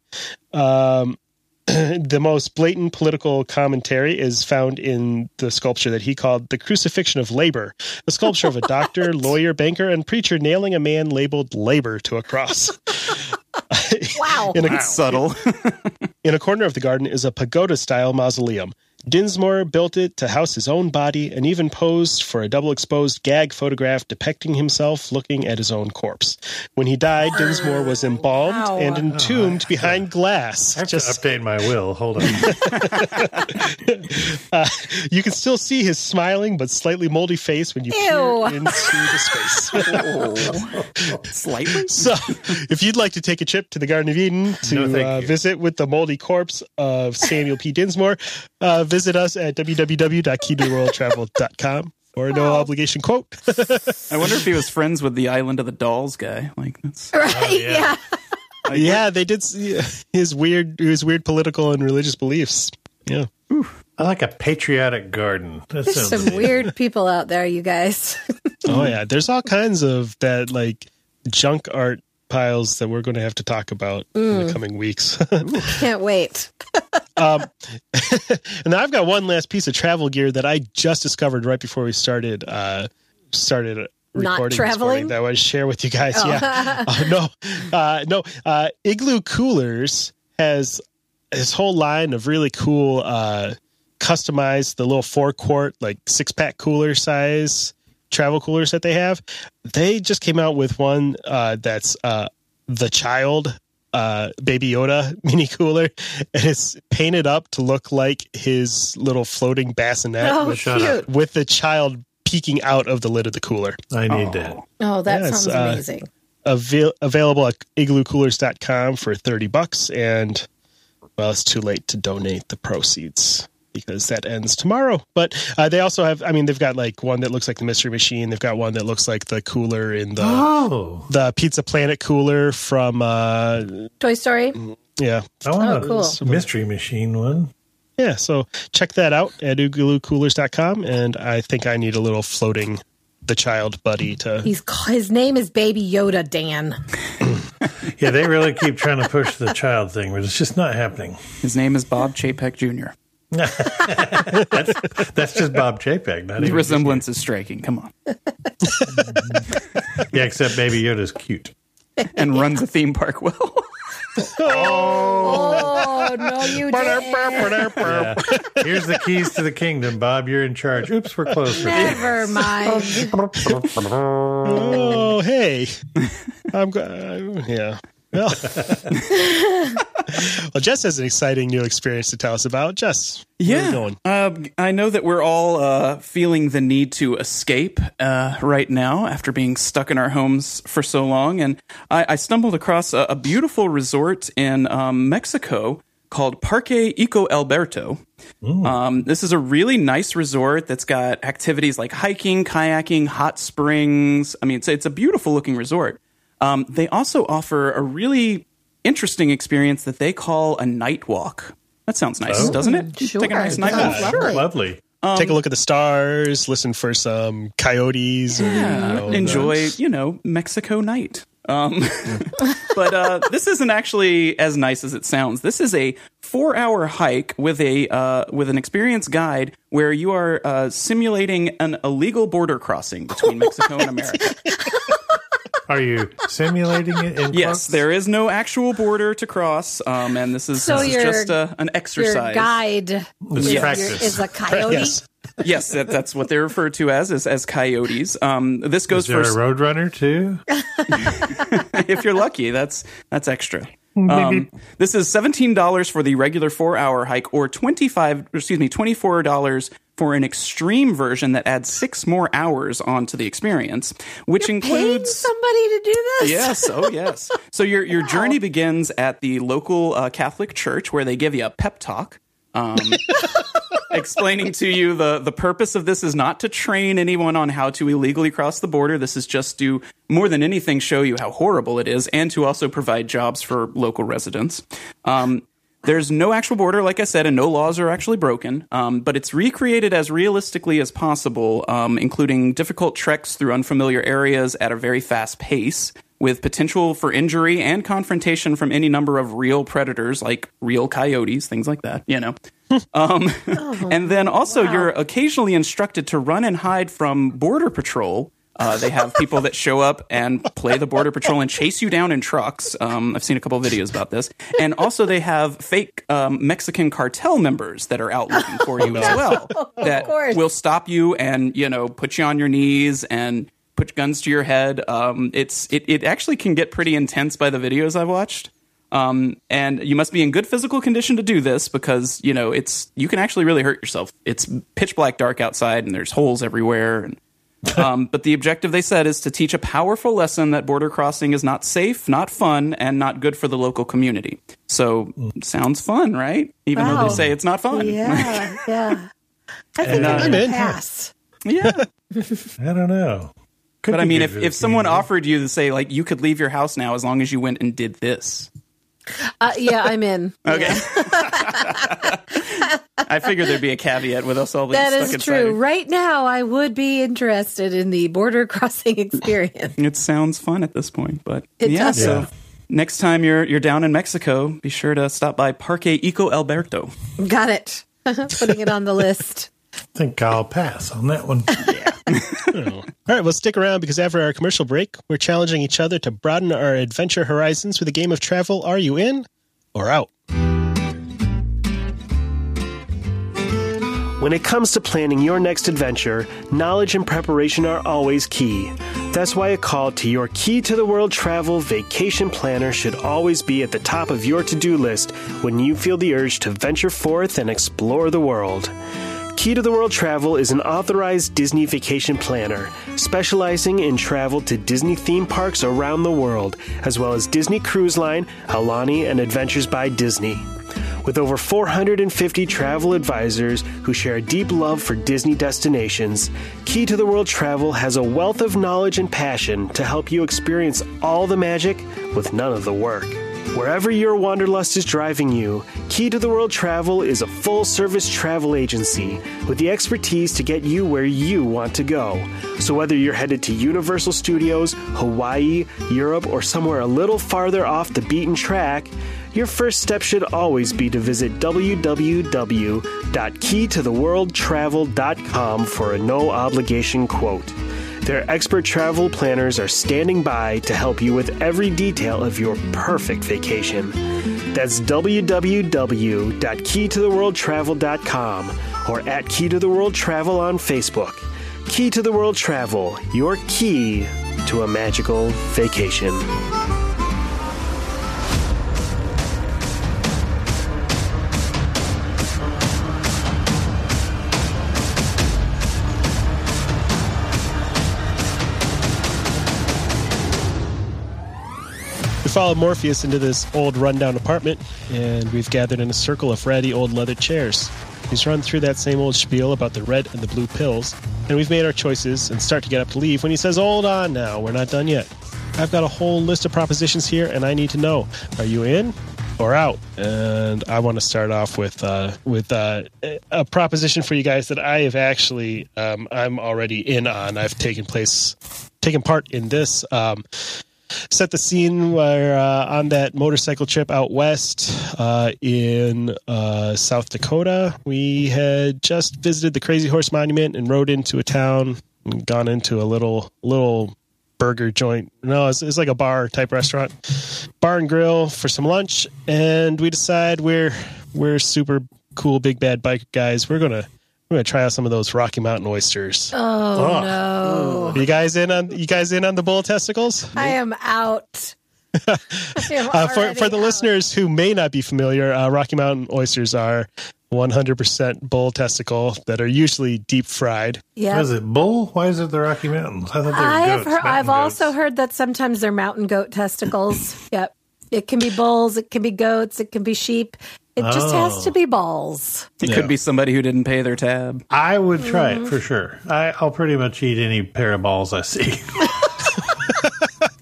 Speaker 3: Um, the most blatant political commentary is found in the sculpture that he called The Crucifixion of Labor, a sculpture of a doctor, lawyer, banker, and preacher nailing a man labeled labor to a cross.
Speaker 6: Wow.
Speaker 3: in, a,
Speaker 5: That's subtle.
Speaker 3: in a corner of the garden is a pagoda style mausoleum. Dinsmore built it to house his own body and even posed for a double exposed gag photograph depicting himself looking at his own corpse. When he died, Dinsmore was embalmed
Speaker 6: Wow.
Speaker 3: and entombed behind glass.
Speaker 4: I have
Speaker 3: Just-
Speaker 4: to update my will. Hold on.
Speaker 3: You can still see his smiling but slightly moldy face when you
Speaker 6: Ew.
Speaker 3: peer into the space.
Speaker 5: Slightly.
Speaker 3: so, if you'd like to take a trip to the Garden of Eden to
Speaker 4: No, thank
Speaker 3: uh,
Speaker 4: you.
Speaker 3: visit with the moldy corpse of Samuel P. Dinsmore, uh, visit us at www.keytotheworldtravel.com for a no obligation quote.
Speaker 5: I wonder if he was friends with the Island of the Dolls guy. Like that's
Speaker 6: Right.
Speaker 4: yeah.
Speaker 6: yeah.
Speaker 3: yeah, they did see his weird his weird political and religious beliefs. Yeah.
Speaker 4: I like a patriotic garden. That
Speaker 6: There's
Speaker 4: sounds
Speaker 6: some weird people out there, you guys.
Speaker 3: Oh yeah, there's all kinds of that like junk art piles that we're going to have to talk about in the coming weeks.
Speaker 6: Can't wait.
Speaker 3: And I've got one last piece of travel gear that I just discovered right before we started uh, started
Speaker 6: Not
Speaker 3: recording this
Speaker 6: traveling?
Speaker 3: morning that I want to share with you guys. Yeah, oh, no, uh, no. Uh, Igloo Coolers has this whole line of really cool uh, customized the little four quart like six pack cooler size travel coolers that they have. They just came out with one uh, that's uh, the child uh, Baby Yoda mini cooler, and it's painted up to look like his little floating bassinet
Speaker 6: Oh,
Speaker 3: with,
Speaker 4: shut
Speaker 6: cute.
Speaker 3: with the child peeking out of the lid of the cooler.
Speaker 4: I need
Speaker 5: Oh.
Speaker 4: that.
Speaker 6: Oh, that
Speaker 3: Yes,
Speaker 6: sounds
Speaker 3: uh,
Speaker 6: amazing.
Speaker 3: Avail- available at igloocoolers.com for 30 bucks, and well, it's too late to donate the proceeds because that ends tomorrow. But uh, they also have, I mean, they've got like one that looks like the Mystery Machine, they've got one that looks like the cooler in the.
Speaker 4: Oh,
Speaker 3: The Pizza Planet cooler from uh
Speaker 6: Toy Story.
Speaker 3: yeah
Speaker 4: I want
Speaker 6: Oh, cool.
Speaker 4: a mystery machine one.
Speaker 3: Yeah, so check that out at oogaloocoolers.com. And I think I need a little floating the child buddy to.
Speaker 6: He's ca- his name is Baby Yoda Dan.
Speaker 4: Yeah, they really keep trying to push the child thing, but it's just not happening.
Speaker 5: His name is Bob Chapek Jr.
Speaker 4: That's just Bob Chapek, not
Speaker 5: The
Speaker 4: even.
Speaker 5: resemblance is striking. Come on.
Speaker 4: Yeah, except Baby Yoda's cute.
Speaker 5: And runs a theme park well.
Speaker 6: Oh no, you didn't.
Speaker 4: Yeah. Here's the keys to the kingdom, Bob. You're in charge. Oops, we're close.
Speaker 6: Never mind.
Speaker 3: Oh, hey. I'm go- uh, Yeah. Well. well, Jess has an exciting new experience to tell us about. Jess, where are
Speaker 5: Yeah.
Speaker 3: we going?
Speaker 5: Uh, I know that we're all uh, feeling the need to escape uh, right now after being stuck in our homes for so long. And I, I stumbled across a, a beautiful resort in um, Mexico called Parque Eco Alberto. Um, this is a really nice resort that's got activities like hiking, kayaking, hot springs. I mean, it's, it's a beautiful looking resort. Um, they also offer a really interesting experience that they call a night walk. That sounds nice, doesn't it?
Speaker 6: Sure.
Speaker 5: Take a nice night walk.
Speaker 6: Yeah.
Speaker 4: Sure. Lovely.
Speaker 3: Take a look at the stars, listen for some coyotes. and,
Speaker 4: Oh,
Speaker 3: you know,
Speaker 5: Uh, enjoy, you know, Mexico night. Um, but uh, this isn't actually as nice as it sounds. This is a four-hour hike with a uh, with an experienced guide, where you are uh, simulating an illegal border crossing between Mexico and America.
Speaker 4: Are you simulating it? In
Speaker 5: Yes,
Speaker 4: quotes?
Speaker 5: there is no actual border to cross, um, and this is,
Speaker 6: So
Speaker 5: this is
Speaker 6: your-
Speaker 5: just uh, an
Speaker 6: Your
Speaker 5: exercise.
Speaker 6: guide is, your-
Speaker 4: practice.
Speaker 6: is a coyote.
Speaker 3: Yes.
Speaker 5: Yes, that, that's what they're referred to as as, as coyotes. Um, this goes
Speaker 4: Is there
Speaker 5: for
Speaker 4: a roadrunner too?
Speaker 5: if you're lucky, that's that's extra. Um, this is seventeen dollars for the regular four hour hike, or twenty five, excuse me, twenty four dollars for an extreme version that adds six more hours onto the experience, which
Speaker 6: Paying
Speaker 5: includes.
Speaker 6: somebody to do this?
Speaker 5: Yes, oh yes. So your your journey begins at the local uh, Catholic church where they give you a pep talk. Um, explaining to you the the purpose of this is not to train anyone on how to illegally cross the border. This is just to more than anything show you how horrible it is, and to also provide jobs for local residents. Um, there's no actual border, like I said, and no laws are actually broken, um, but it's recreated as realistically as possible, um, including difficult treks through unfamiliar areas at a very fast pace, with potential for injury and confrontation from any number of real predators, like real coyotes, things like that, you know. um, and then also, you're occasionally instructed to run and hide from Border Patrol. Uh, they have people that show up and play the Border Patrol and chase you down in trucks. Um, I've seen a couple of videos about this. And also, they have fake um, Mexican cartel members that are out looking for you as well. That
Speaker 6: course.
Speaker 5: will stop you and, you know, put you on your knees and put guns to your head. Um, it's it, it actually can get pretty intense by the videos I've watched. Um, and you must be in good physical condition to do this because you know it's you can actually really hurt yourself. It's pitch black dark outside and there's holes everywhere. And, um, but the objective they said is to teach a powerful lesson that border crossing is not safe, not fun, and not good for the local community. So sounds fun, right? Even though
Speaker 6: Wow.
Speaker 5: they say it's not fun.
Speaker 6: Yeah, yeah. I think
Speaker 4: uh,
Speaker 6: I'm
Speaker 3: I'm
Speaker 6: gonna
Speaker 3: in.
Speaker 6: pass.
Speaker 5: yeah.
Speaker 4: I don't know. Could
Speaker 5: But
Speaker 4: be
Speaker 5: I mean,
Speaker 4: good
Speaker 5: if,
Speaker 4: for
Speaker 5: if
Speaker 4: the
Speaker 5: someone
Speaker 4: community.
Speaker 5: offered you to say, like, you could leave your house now as long as you went and did this,
Speaker 6: Uh, yeah, I'm in.
Speaker 5: Okay.
Speaker 6: Yeah.
Speaker 5: I figured there'd be a caveat with us all being
Speaker 6: That
Speaker 5: stuck
Speaker 6: is
Speaker 5: inside.
Speaker 6: true. Right now, I would be interested in the border crossing experience.
Speaker 5: It sounds fun at this point, but
Speaker 6: It
Speaker 5: yeah.
Speaker 6: does.
Speaker 5: So
Speaker 4: Yeah.
Speaker 5: next time you're you're down in Mexico, be sure to stop by Parque Eco Alberto.
Speaker 6: Got it. Putting it on the list.
Speaker 4: I think I'll pass on that one.
Speaker 3: All right, well, stick around because after our commercial break, we're challenging each other to broaden our adventure horizons with a game of travel. Are you in or out?
Speaker 1: When it comes to planning your next adventure, knowledge and preparation are always key. That's why a call to your Key to the World Travel Vacation Planner should always be at the top of your to do list when you feel the urge to venture forth and explore the world. Key to the World Travel is an authorized Disney vacation planner specializing in travel to Disney theme parks around the world, as well as Disney Cruise Line, Alani, and Adventures by Disney. With over 450 travel advisors who share a deep love for Disney destinations, Key to the World Travel has a wealth of knowledge and passion to help you experience all the magic with none of the work. Wherever your wanderlust is driving you, Key to the World Travel is a full service travel agency with the expertise to get you where you want to go. So, whether you're headed to Universal Studios, Hawaii, Europe, or somewhere a little farther off the beaten track, your first step should always be to visit www.keytotheworldtravel.com for a no obligation quote. Their expert travel planners are standing by to help you with every detail of your perfect vacation. That's www.keytotheworldtravel.com or at Key to the World Travel on Facebook. Key to the World Travel, your key to a magical vacation.
Speaker 3: We follow Morpheus into this old rundown apartment, and we've gathered in a circle of ratty old leather chairs. He's run through that same old spiel about the red and the blue pills, and we've made our choices and start to get up to leave when he says, Hold on now, we're not done yet. I've got a whole list of propositions here, and I need to know are you in or out? And I want to start off with uh, with uh, a proposition for you guys that I have actually, um, I'm already in on. I've taken place, taken part in this. Um, set the scene where uh, on that motorcycle trip out west uh, in uh, South Dakota, we had just visited the Crazy Horse Monument and rode into a town and gone into a little little burger joint. No, it's, it's like a bar type restaurant, bar and grill for some lunch, and we decide we're we're super cool big bad biker guys. We're gonna we're gonna try out some of those Rocky Mountain oysters.
Speaker 6: Oh,
Speaker 4: Oh.
Speaker 6: no.
Speaker 3: You guys in on you guys in on the bull testicles?
Speaker 6: I am out. I am
Speaker 3: uh, for,
Speaker 6: already
Speaker 3: for the
Speaker 6: out.
Speaker 3: listeners who may not be familiar, uh, Rocky Mountain oysters are 100% bull testicle that are usually deep fried.
Speaker 6: Yeah.
Speaker 4: Was it bull? Why is it the Rocky Mountains? I thought they were
Speaker 6: I've
Speaker 4: goats.
Speaker 6: heard,
Speaker 4: mountain
Speaker 6: I've also
Speaker 4: goats.
Speaker 6: heard that sometimes they're mountain goat testicles. yep. It can be bulls, it can be goats, it can be sheep. It just has to be balls.
Speaker 5: It could be somebody who didn't pay their tab.
Speaker 4: I would try
Speaker 6: Mm-hmm.
Speaker 4: it for sure. I, I'll pretty much eat any pair of balls I see.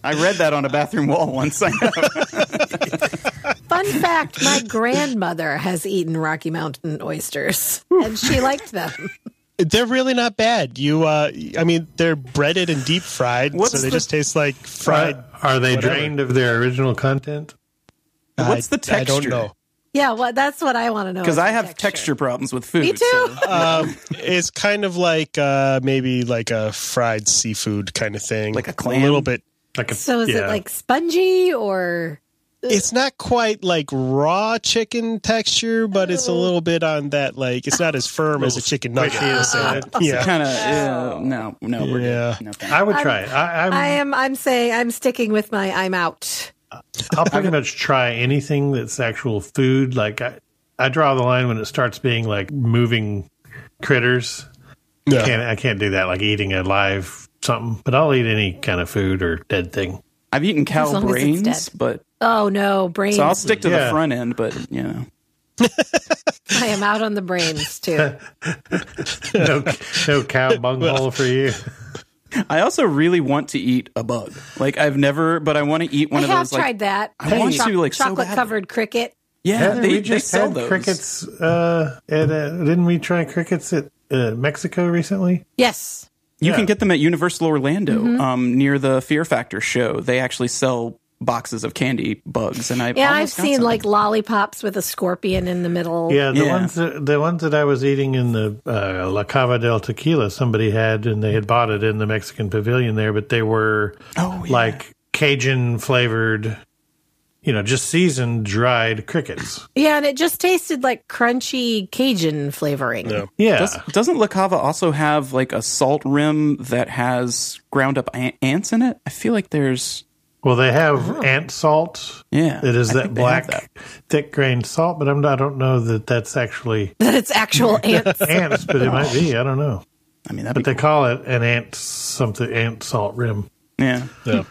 Speaker 5: I read that on a bathroom wall once. I know.
Speaker 6: Fun fact my grandmother has eaten Rocky Mountain oysters and she liked them.
Speaker 3: They're really not bad. You, uh, I mean, they're breaded and deep fried,
Speaker 5: What's
Speaker 3: so they
Speaker 5: the-
Speaker 3: just taste like fried.
Speaker 4: Are they
Speaker 3: Whatever.
Speaker 4: drained of their original content?
Speaker 5: What's the
Speaker 3: I- I don't
Speaker 5: texture?
Speaker 3: know.
Speaker 6: Yeah, well, that's what I want to know.
Speaker 5: Because
Speaker 6: is
Speaker 5: I
Speaker 6: the
Speaker 5: have texture problems with food.
Speaker 6: Me too.
Speaker 5: so-
Speaker 3: Um, it's kind of like uh, maybe like a fried seafood kind of thing,
Speaker 5: Like a clam?
Speaker 3: A little bit.
Speaker 4: Like a,
Speaker 6: So is
Speaker 4: yeah.
Speaker 6: it like spongy or
Speaker 3: It's not quite like raw chicken texture, but it's a little bit on that. Like it's not as firm as a chicken nugget.
Speaker 4: squishy
Speaker 3: we'll
Speaker 4: is
Speaker 3: say that. Yeah.
Speaker 5: Kind of. no, no, we're
Speaker 3: Yeah.
Speaker 5: good. No, thanks.
Speaker 4: I would try it. I, I'm,
Speaker 6: I am I'm saying I'm sticking with my I'm out.
Speaker 4: I'll pretty much try anything that's actual food. Like I, I draw the line when it starts being like moving critters.
Speaker 3: Yeah.
Speaker 4: Can't I can't do that. Like eating a live something, but I'll eat any kind of food or dead thing.
Speaker 5: I've eaten
Speaker 6: As
Speaker 5: cow
Speaker 6: long as it's
Speaker 5: brains,
Speaker 6: dead.
Speaker 5: but
Speaker 6: Oh no, brains.
Speaker 5: so I'll stick to
Speaker 4: Yeah.
Speaker 5: the front end. But you know,
Speaker 6: I am out on the brains too.
Speaker 4: No, no cow bunghole for you.
Speaker 5: I also really want to eat a bug. Like I've never, but I want to eat one
Speaker 6: I
Speaker 5: of
Speaker 6: have
Speaker 5: those. like-
Speaker 6: tried that.
Speaker 5: I want
Speaker 6: Choc-
Speaker 5: to, like, so
Speaker 6: chocolate
Speaker 5: badly.
Speaker 6: covered cricket.
Speaker 5: Yeah,
Speaker 4: Heather,
Speaker 5: they,
Speaker 4: we
Speaker 5: they
Speaker 4: just
Speaker 5: sell
Speaker 4: had
Speaker 5: those.
Speaker 4: crickets. Uh, at, uh, didn't we try crickets at uh, Mexico recently?
Speaker 6: Yes.
Speaker 5: You
Speaker 4: Yeah.
Speaker 5: can get them at Universal Orlando,
Speaker 6: Mm-hmm.
Speaker 5: um, near the Fear Factor show. They actually sell boxes of candy bugs, and I
Speaker 6: Yeah, I've
Speaker 5: almost got
Speaker 6: seen
Speaker 5: some.
Speaker 6: like lollipops with a scorpion in the middle.
Speaker 4: Yeah, the
Speaker 5: Yeah.
Speaker 4: ones that, the ones that I was eating in the uh, La Cava del Tequila, somebody had and they had bought it in the Mexican pavilion there, but they were
Speaker 5: Oh, yeah.
Speaker 4: like Cajun flavored, you know, just seasoned dried crickets.
Speaker 6: Yeah, and it just tasted like crunchy Cajun flavoring.
Speaker 3: Yeah.
Speaker 4: Yeah,
Speaker 5: Does, doesn't La Cava also have like a salt rim that has ground up an- ants in it? I feel like there's
Speaker 4: well, they have ant salt.
Speaker 5: Oh. Yeah,
Speaker 4: it is
Speaker 5: I
Speaker 4: that
Speaker 5: think they
Speaker 4: black,
Speaker 5: have that.
Speaker 4: thick grained salt, but I'm not, I don't know that that's actually
Speaker 6: That it's actual ants.
Speaker 4: ants, but it might be. I don't know,
Speaker 5: I mean,
Speaker 4: but
Speaker 5: that'd be
Speaker 4: they call it an ant something ant salt rim.
Speaker 5: yeah.
Speaker 3: Yeah.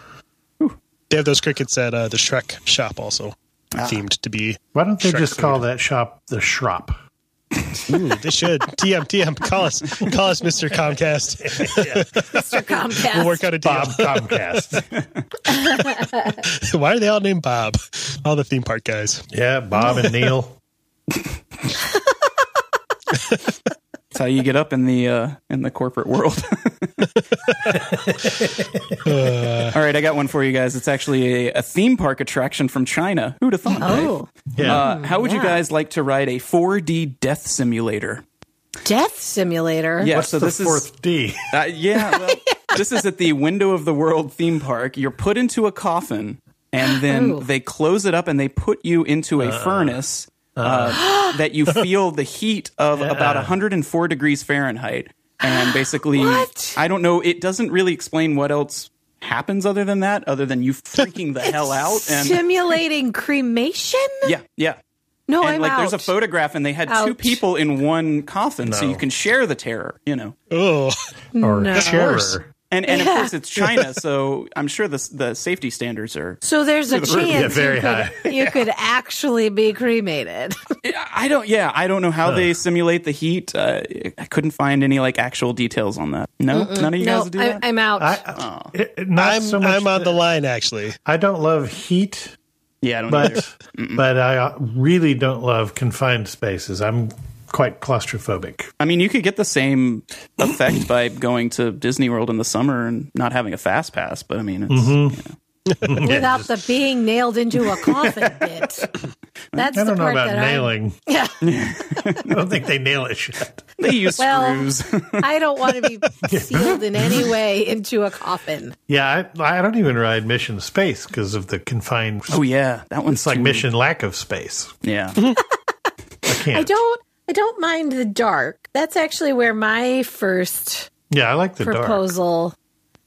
Speaker 3: They have those crickets at uh, the Shrek shop also,
Speaker 5: Ah.
Speaker 3: themed to be.
Speaker 4: Why don't they
Speaker 3: Shrek
Speaker 4: just call that shop the Shrop?
Speaker 3: Ooh, they should. TM, TM, call us. Call us, Mr. Comcast.
Speaker 6: Mr. Comcast.
Speaker 3: We'll work out a deal.
Speaker 4: Bob Comcast.
Speaker 3: Why are they all named Bob? All the theme park guys.
Speaker 4: Yeah, Bob and Neil.
Speaker 5: That's how you get up in the uh, in the corporate world. All right, I got one for you guys. It's actually a, a theme park attraction from China. Who'd have thought? right?
Speaker 6: oh,
Speaker 5: Uh, how would you
Speaker 6: yeah.
Speaker 5: guys like to ride a 4D death simulator?
Speaker 6: death simulator.
Speaker 5: Yeah,
Speaker 4: What's
Speaker 5: so
Speaker 4: the
Speaker 5: this
Speaker 4: fourth
Speaker 5: is
Speaker 4: D?
Speaker 5: uh, yeah, well, this is at the Window of the World theme park. You're put into a coffin, and then
Speaker 6: Ooh.
Speaker 5: they close it up and they put you into a furnace uh, that you feel the heat of about 104 degrees Fahrenheit. And basically,
Speaker 6: What?
Speaker 5: I don't know. It doesn't really explain what else happens other than that, other than you freaking the hell out. And
Speaker 6: Simulating cremation?
Speaker 5: yeah, yeah.
Speaker 6: No,
Speaker 5: and
Speaker 6: I'm
Speaker 5: like
Speaker 6: out.
Speaker 5: there's a photograph and they had two
Speaker 6: Out.
Speaker 5: people in one coffin so
Speaker 4: No.
Speaker 5: you can share the terror you know
Speaker 3: Oh,
Speaker 4: Or
Speaker 6: No.
Speaker 4: terror.
Speaker 3: worse.
Speaker 5: and and of course it's china so i'm sure the the safety standards are
Speaker 6: so there's a chance
Speaker 4: Yeah, very
Speaker 6: you, could,
Speaker 4: high.
Speaker 6: you could actually be cremated.
Speaker 5: i don't yeah i don't know how they simulate the heat uh, i couldn't find any like actual details on that no none of you
Speaker 6: no,
Speaker 5: guys do
Speaker 6: I,
Speaker 5: that
Speaker 6: I'm out.
Speaker 4: I, it- it- not
Speaker 3: I'm
Speaker 4: so much
Speaker 3: I'm on
Speaker 4: that-
Speaker 3: the line actually.
Speaker 4: I don't love heat,
Speaker 5: yeah i don't either.
Speaker 4: but but I uh, really don't love confined spaces. I'm quite claustrophobic.
Speaker 5: i mean you could get the same effect by going to disney world in the summer and not having a fast pass but i mean it's
Speaker 4: Mm-hmm.
Speaker 6: without the being nailed into a coffin bit. That's
Speaker 4: I
Speaker 6: the
Speaker 4: don't know
Speaker 6: part
Speaker 4: about
Speaker 6: that I'm-
Speaker 4: nailing.
Speaker 6: Yeah.
Speaker 4: I don't think they nail it shut.
Speaker 5: they use
Speaker 6: Well,
Speaker 5: screws
Speaker 6: I don't want to be sealed in any way into a coffin.
Speaker 4: Yeah, I, I don't even ride Mission Space because of the confined.
Speaker 5: oh yeah that one's
Speaker 4: It's like
Speaker 5: too-
Speaker 4: Mission lack of space.
Speaker 5: yeah
Speaker 4: I can't.
Speaker 6: mm. I don't. I don't mind the dark. That's actually where my first
Speaker 4: yeah, I like the dark.
Speaker 6: proposal.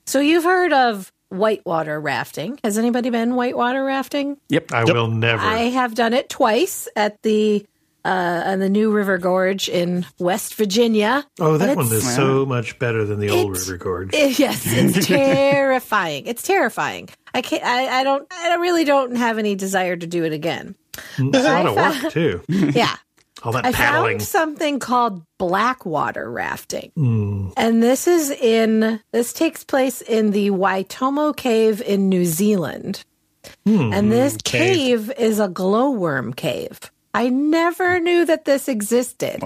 Speaker 6: So you've heard of whitewater rafting? Has anybody been whitewater rafting?
Speaker 5: yep
Speaker 4: I will never.
Speaker 6: I have done it twice at the uh, on the New River Gorge in West Virginia.
Speaker 4: Oh,
Speaker 6: And
Speaker 4: that one
Speaker 6: it's-
Speaker 4: is so much better than the old
Speaker 6: It's-
Speaker 4: River Gorge.
Speaker 6: Eh, yes, it's terrifying. It's terrifying. I can't. I, I don't. I don't- really don't have any desire to do it again.
Speaker 4: It's a lot of work too.
Speaker 6: Yeah.
Speaker 4: All that
Speaker 6: I
Speaker 4: paddling.
Speaker 6: found something called blackwater rafting. And this is in this takes place in the Waitomo Cave in New Zealand. And this
Speaker 3: cave.
Speaker 6: cave. is a glowworm cave. I never knew that this existed.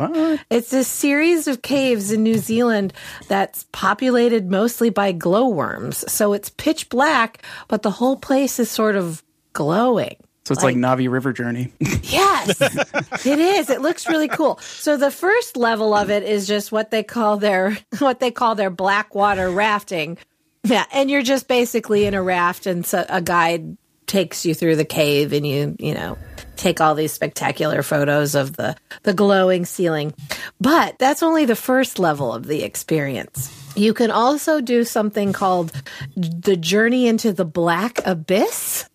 Speaker 6: It's a series of caves in New Zealand that's populated mostly by glowworms. So it's pitch black, but the whole place is sort of glowing.
Speaker 5: So it's like, Navi River Journey.
Speaker 6: Yes, it is. It looks really cool. So the first level of it is just what they call their what they call their blackwater rafting. Yeah, and you're just basically in a raft, and so a guide takes you through the cave, and you you know take all these spectacular photos of the the glowing ceiling. But that's only the first level of the experience. You can also do something called the journey into the black abyss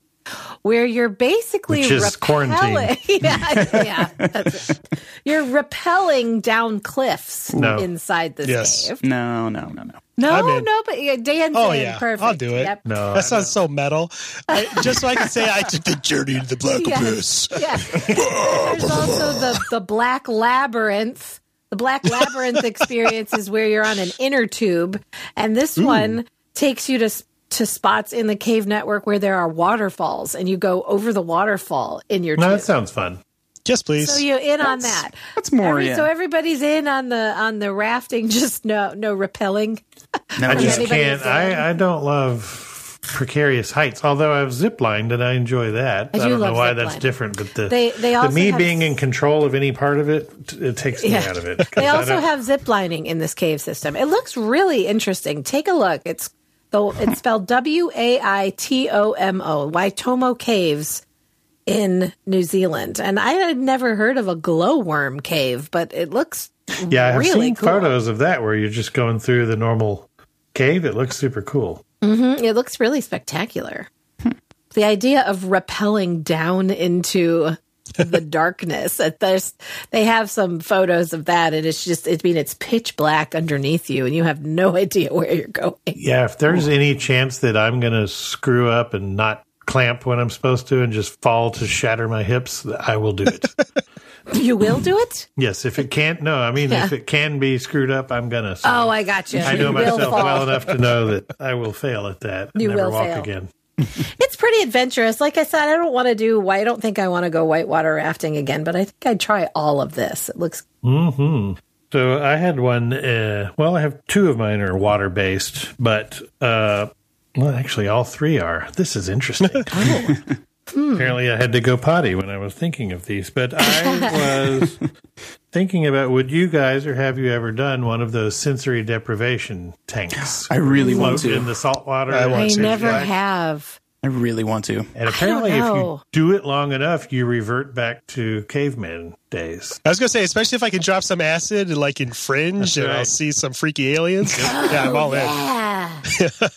Speaker 6: where you're basically
Speaker 4: Which is
Speaker 6: repelling.
Speaker 4: quarantine.
Speaker 6: yeah, yeah that's it. You're rappelling down cliffs
Speaker 4: No.
Speaker 6: inside this
Speaker 3: Yes.
Speaker 6: cave.
Speaker 5: No, no, no, no.
Speaker 3: I'm
Speaker 6: No,
Speaker 3: in.
Speaker 6: no, but yeah, Dan's
Speaker 3: Oh,
Speaker 6: in.
Speaker 3: yeah.
Speaker 6: Perfect.
Speaker 3: I'll do it.
Speaker 6: Yep.
Speaker 4: no,
Speaker 3: that sounds so metal. I, just so I can say I took the journey to the black
Speaker 6: Yes.
Speaker 3: abyss.
Speaker 6: Yeah. There's also the, the Black Labyrinth. The Black Labyrinth experience is where you're on an inner tube, and this one takes you to s- to spots in the cave network where there are waterfalls, and you go over the waterfall in your
Speaker 4: no,
Speaker 6: tube.
Speaker 4: that sounds fun.
Speaker 3: Yes, please.
Speaker 6: So you're in on that.
Speaker 5: That's more,
Speaker 6: Every-
Speaker 5: yeah.
Speaker 6: So everybody's in on the on the rafting, just no no rappelling.
Speaker 5: no
Speaker 4: I
Speaker 5: yeah.
Speaker 4: just
Speaker 6: anybody
Speaker 4: can't.
Speaker 6: a fan?
Speaker 4: I, I don't love precarious heights. Although I've ziplined and I enjoy that.
Speaker 6: I do
Speaker 4: don't know
Speaker 6: love
Speaker 4: why
Speaker 6: zipline.
Speaker 4: that's different. But the
Speaker 6: They- they
Speaker 4: the
Speaker 6: also
Speaker 4: me
Speaker 6: have-
Speaker 4: being in control of any part of it, t- it takes me
Speaker 6: Yeah.
Speaker 4: out of it. 'Cause
Speaker 6: They
Speaker 4: I
Speaker 6: also
Speaker 4: don't-
Speaker 6: have zip lining in this cave system. It looks really interesting. Take a look. It's the it's spelled W A I T O M O Waitomo Caves in New Zealand, and I had never heard of a glowworm cave, but it looks
Speaker 4: yeah. I've
Speaker 6: really
Speaker 4: seen
Speaker 6: cool.
Speaker 4: photos of that where you're just going through the normal cave. It looks super cool.
Speaker 6: It looks really spectacular. The idea of rappelling down into the darkness. uh, There's, they have some photos of that, and it's just, I mean, it's pitch black underneath you, and you have no idea where you're going.
Speaker 4: Yeah, if there's any chance that I'm going to screw up and not clamp when I'm supposed to and just fall to shatter my hips, I will do it.
Speaker 6: You will do it?
Speaker 4: yes, if it can't, no, I mean, if it can be screwed up, I'm going to. So
Speaker 6: Oh, I got you.
Speaker 4: I know
Speaker 6: you will
Speaker 4: myself
Speaker 6: fall.
Speaker 4: well enough to know that I will fail at that. and
Speaker 6: You
Speaker 4: never
Speaker 6: will
Speaker 4: walk
Speaker 6: fail.
Speaker 4: again.
Speaker 6: It's pretty adventurous. Like I said, I don't want to do, why- I don't think I want to go whitewater rafting again, but I think I'd try all of this. It looks,
Speaker 4: So I had one. Uh, well, I have two of mine are water based, but uh, well, actually, all three are. This is interesting.
Speaker 5: Oh. Hmm.
Speaker 4: Apparently, I had to go potty when I was thinking of these, but I was thinking about would you guys or have you ever done one of those sensory deprivation tanks?
Speaker 5: I really want
Speaker 4: Float in
Speaker 5: to.
Speaker 4: the salt water.
Speaker 3: I want
Speaker 6: I
Speaker 3: What's to. it
Speaker 6: never
Speaker 3: like?
Speaker 6: have.
Speaker 5: I really want to.
Speaker 4: And apparently, if you
Speaker 6: know.
Speaker 4: do it long enough, you revert back to caveman days.
Speaker 3: I was gonna say, especially if I can drop some acid and like infringe, and I'll
Speaker 4: right.
Speaker 3: see some freaky aliens. yeah, I'm all in.
Speaker 6: Yeah.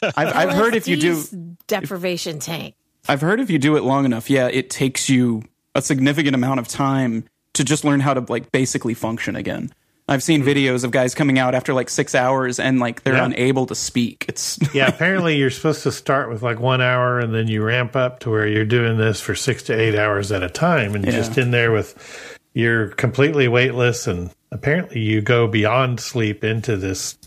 Speaker 5: I've, I've heard if you do,
Speaker 6: LSD's Ah, Deprivation tank.
Speaker 5: I've heard if you do it long enough, yeah, it takes you a significant amount of time to just learn how to like basically function again. I've seen videos of guys coming out after like six hours and like they're
Speaker 4: Hmm. Yeah.
Speaker 5: unable to speak. It's
Speaker 4: Yeah, apparently you're supposed to start with like one hour and then you ramp up to where you're doing this for six to eight hours at a time and just in there with you're completely weightless and apparently you go beyond sleep into this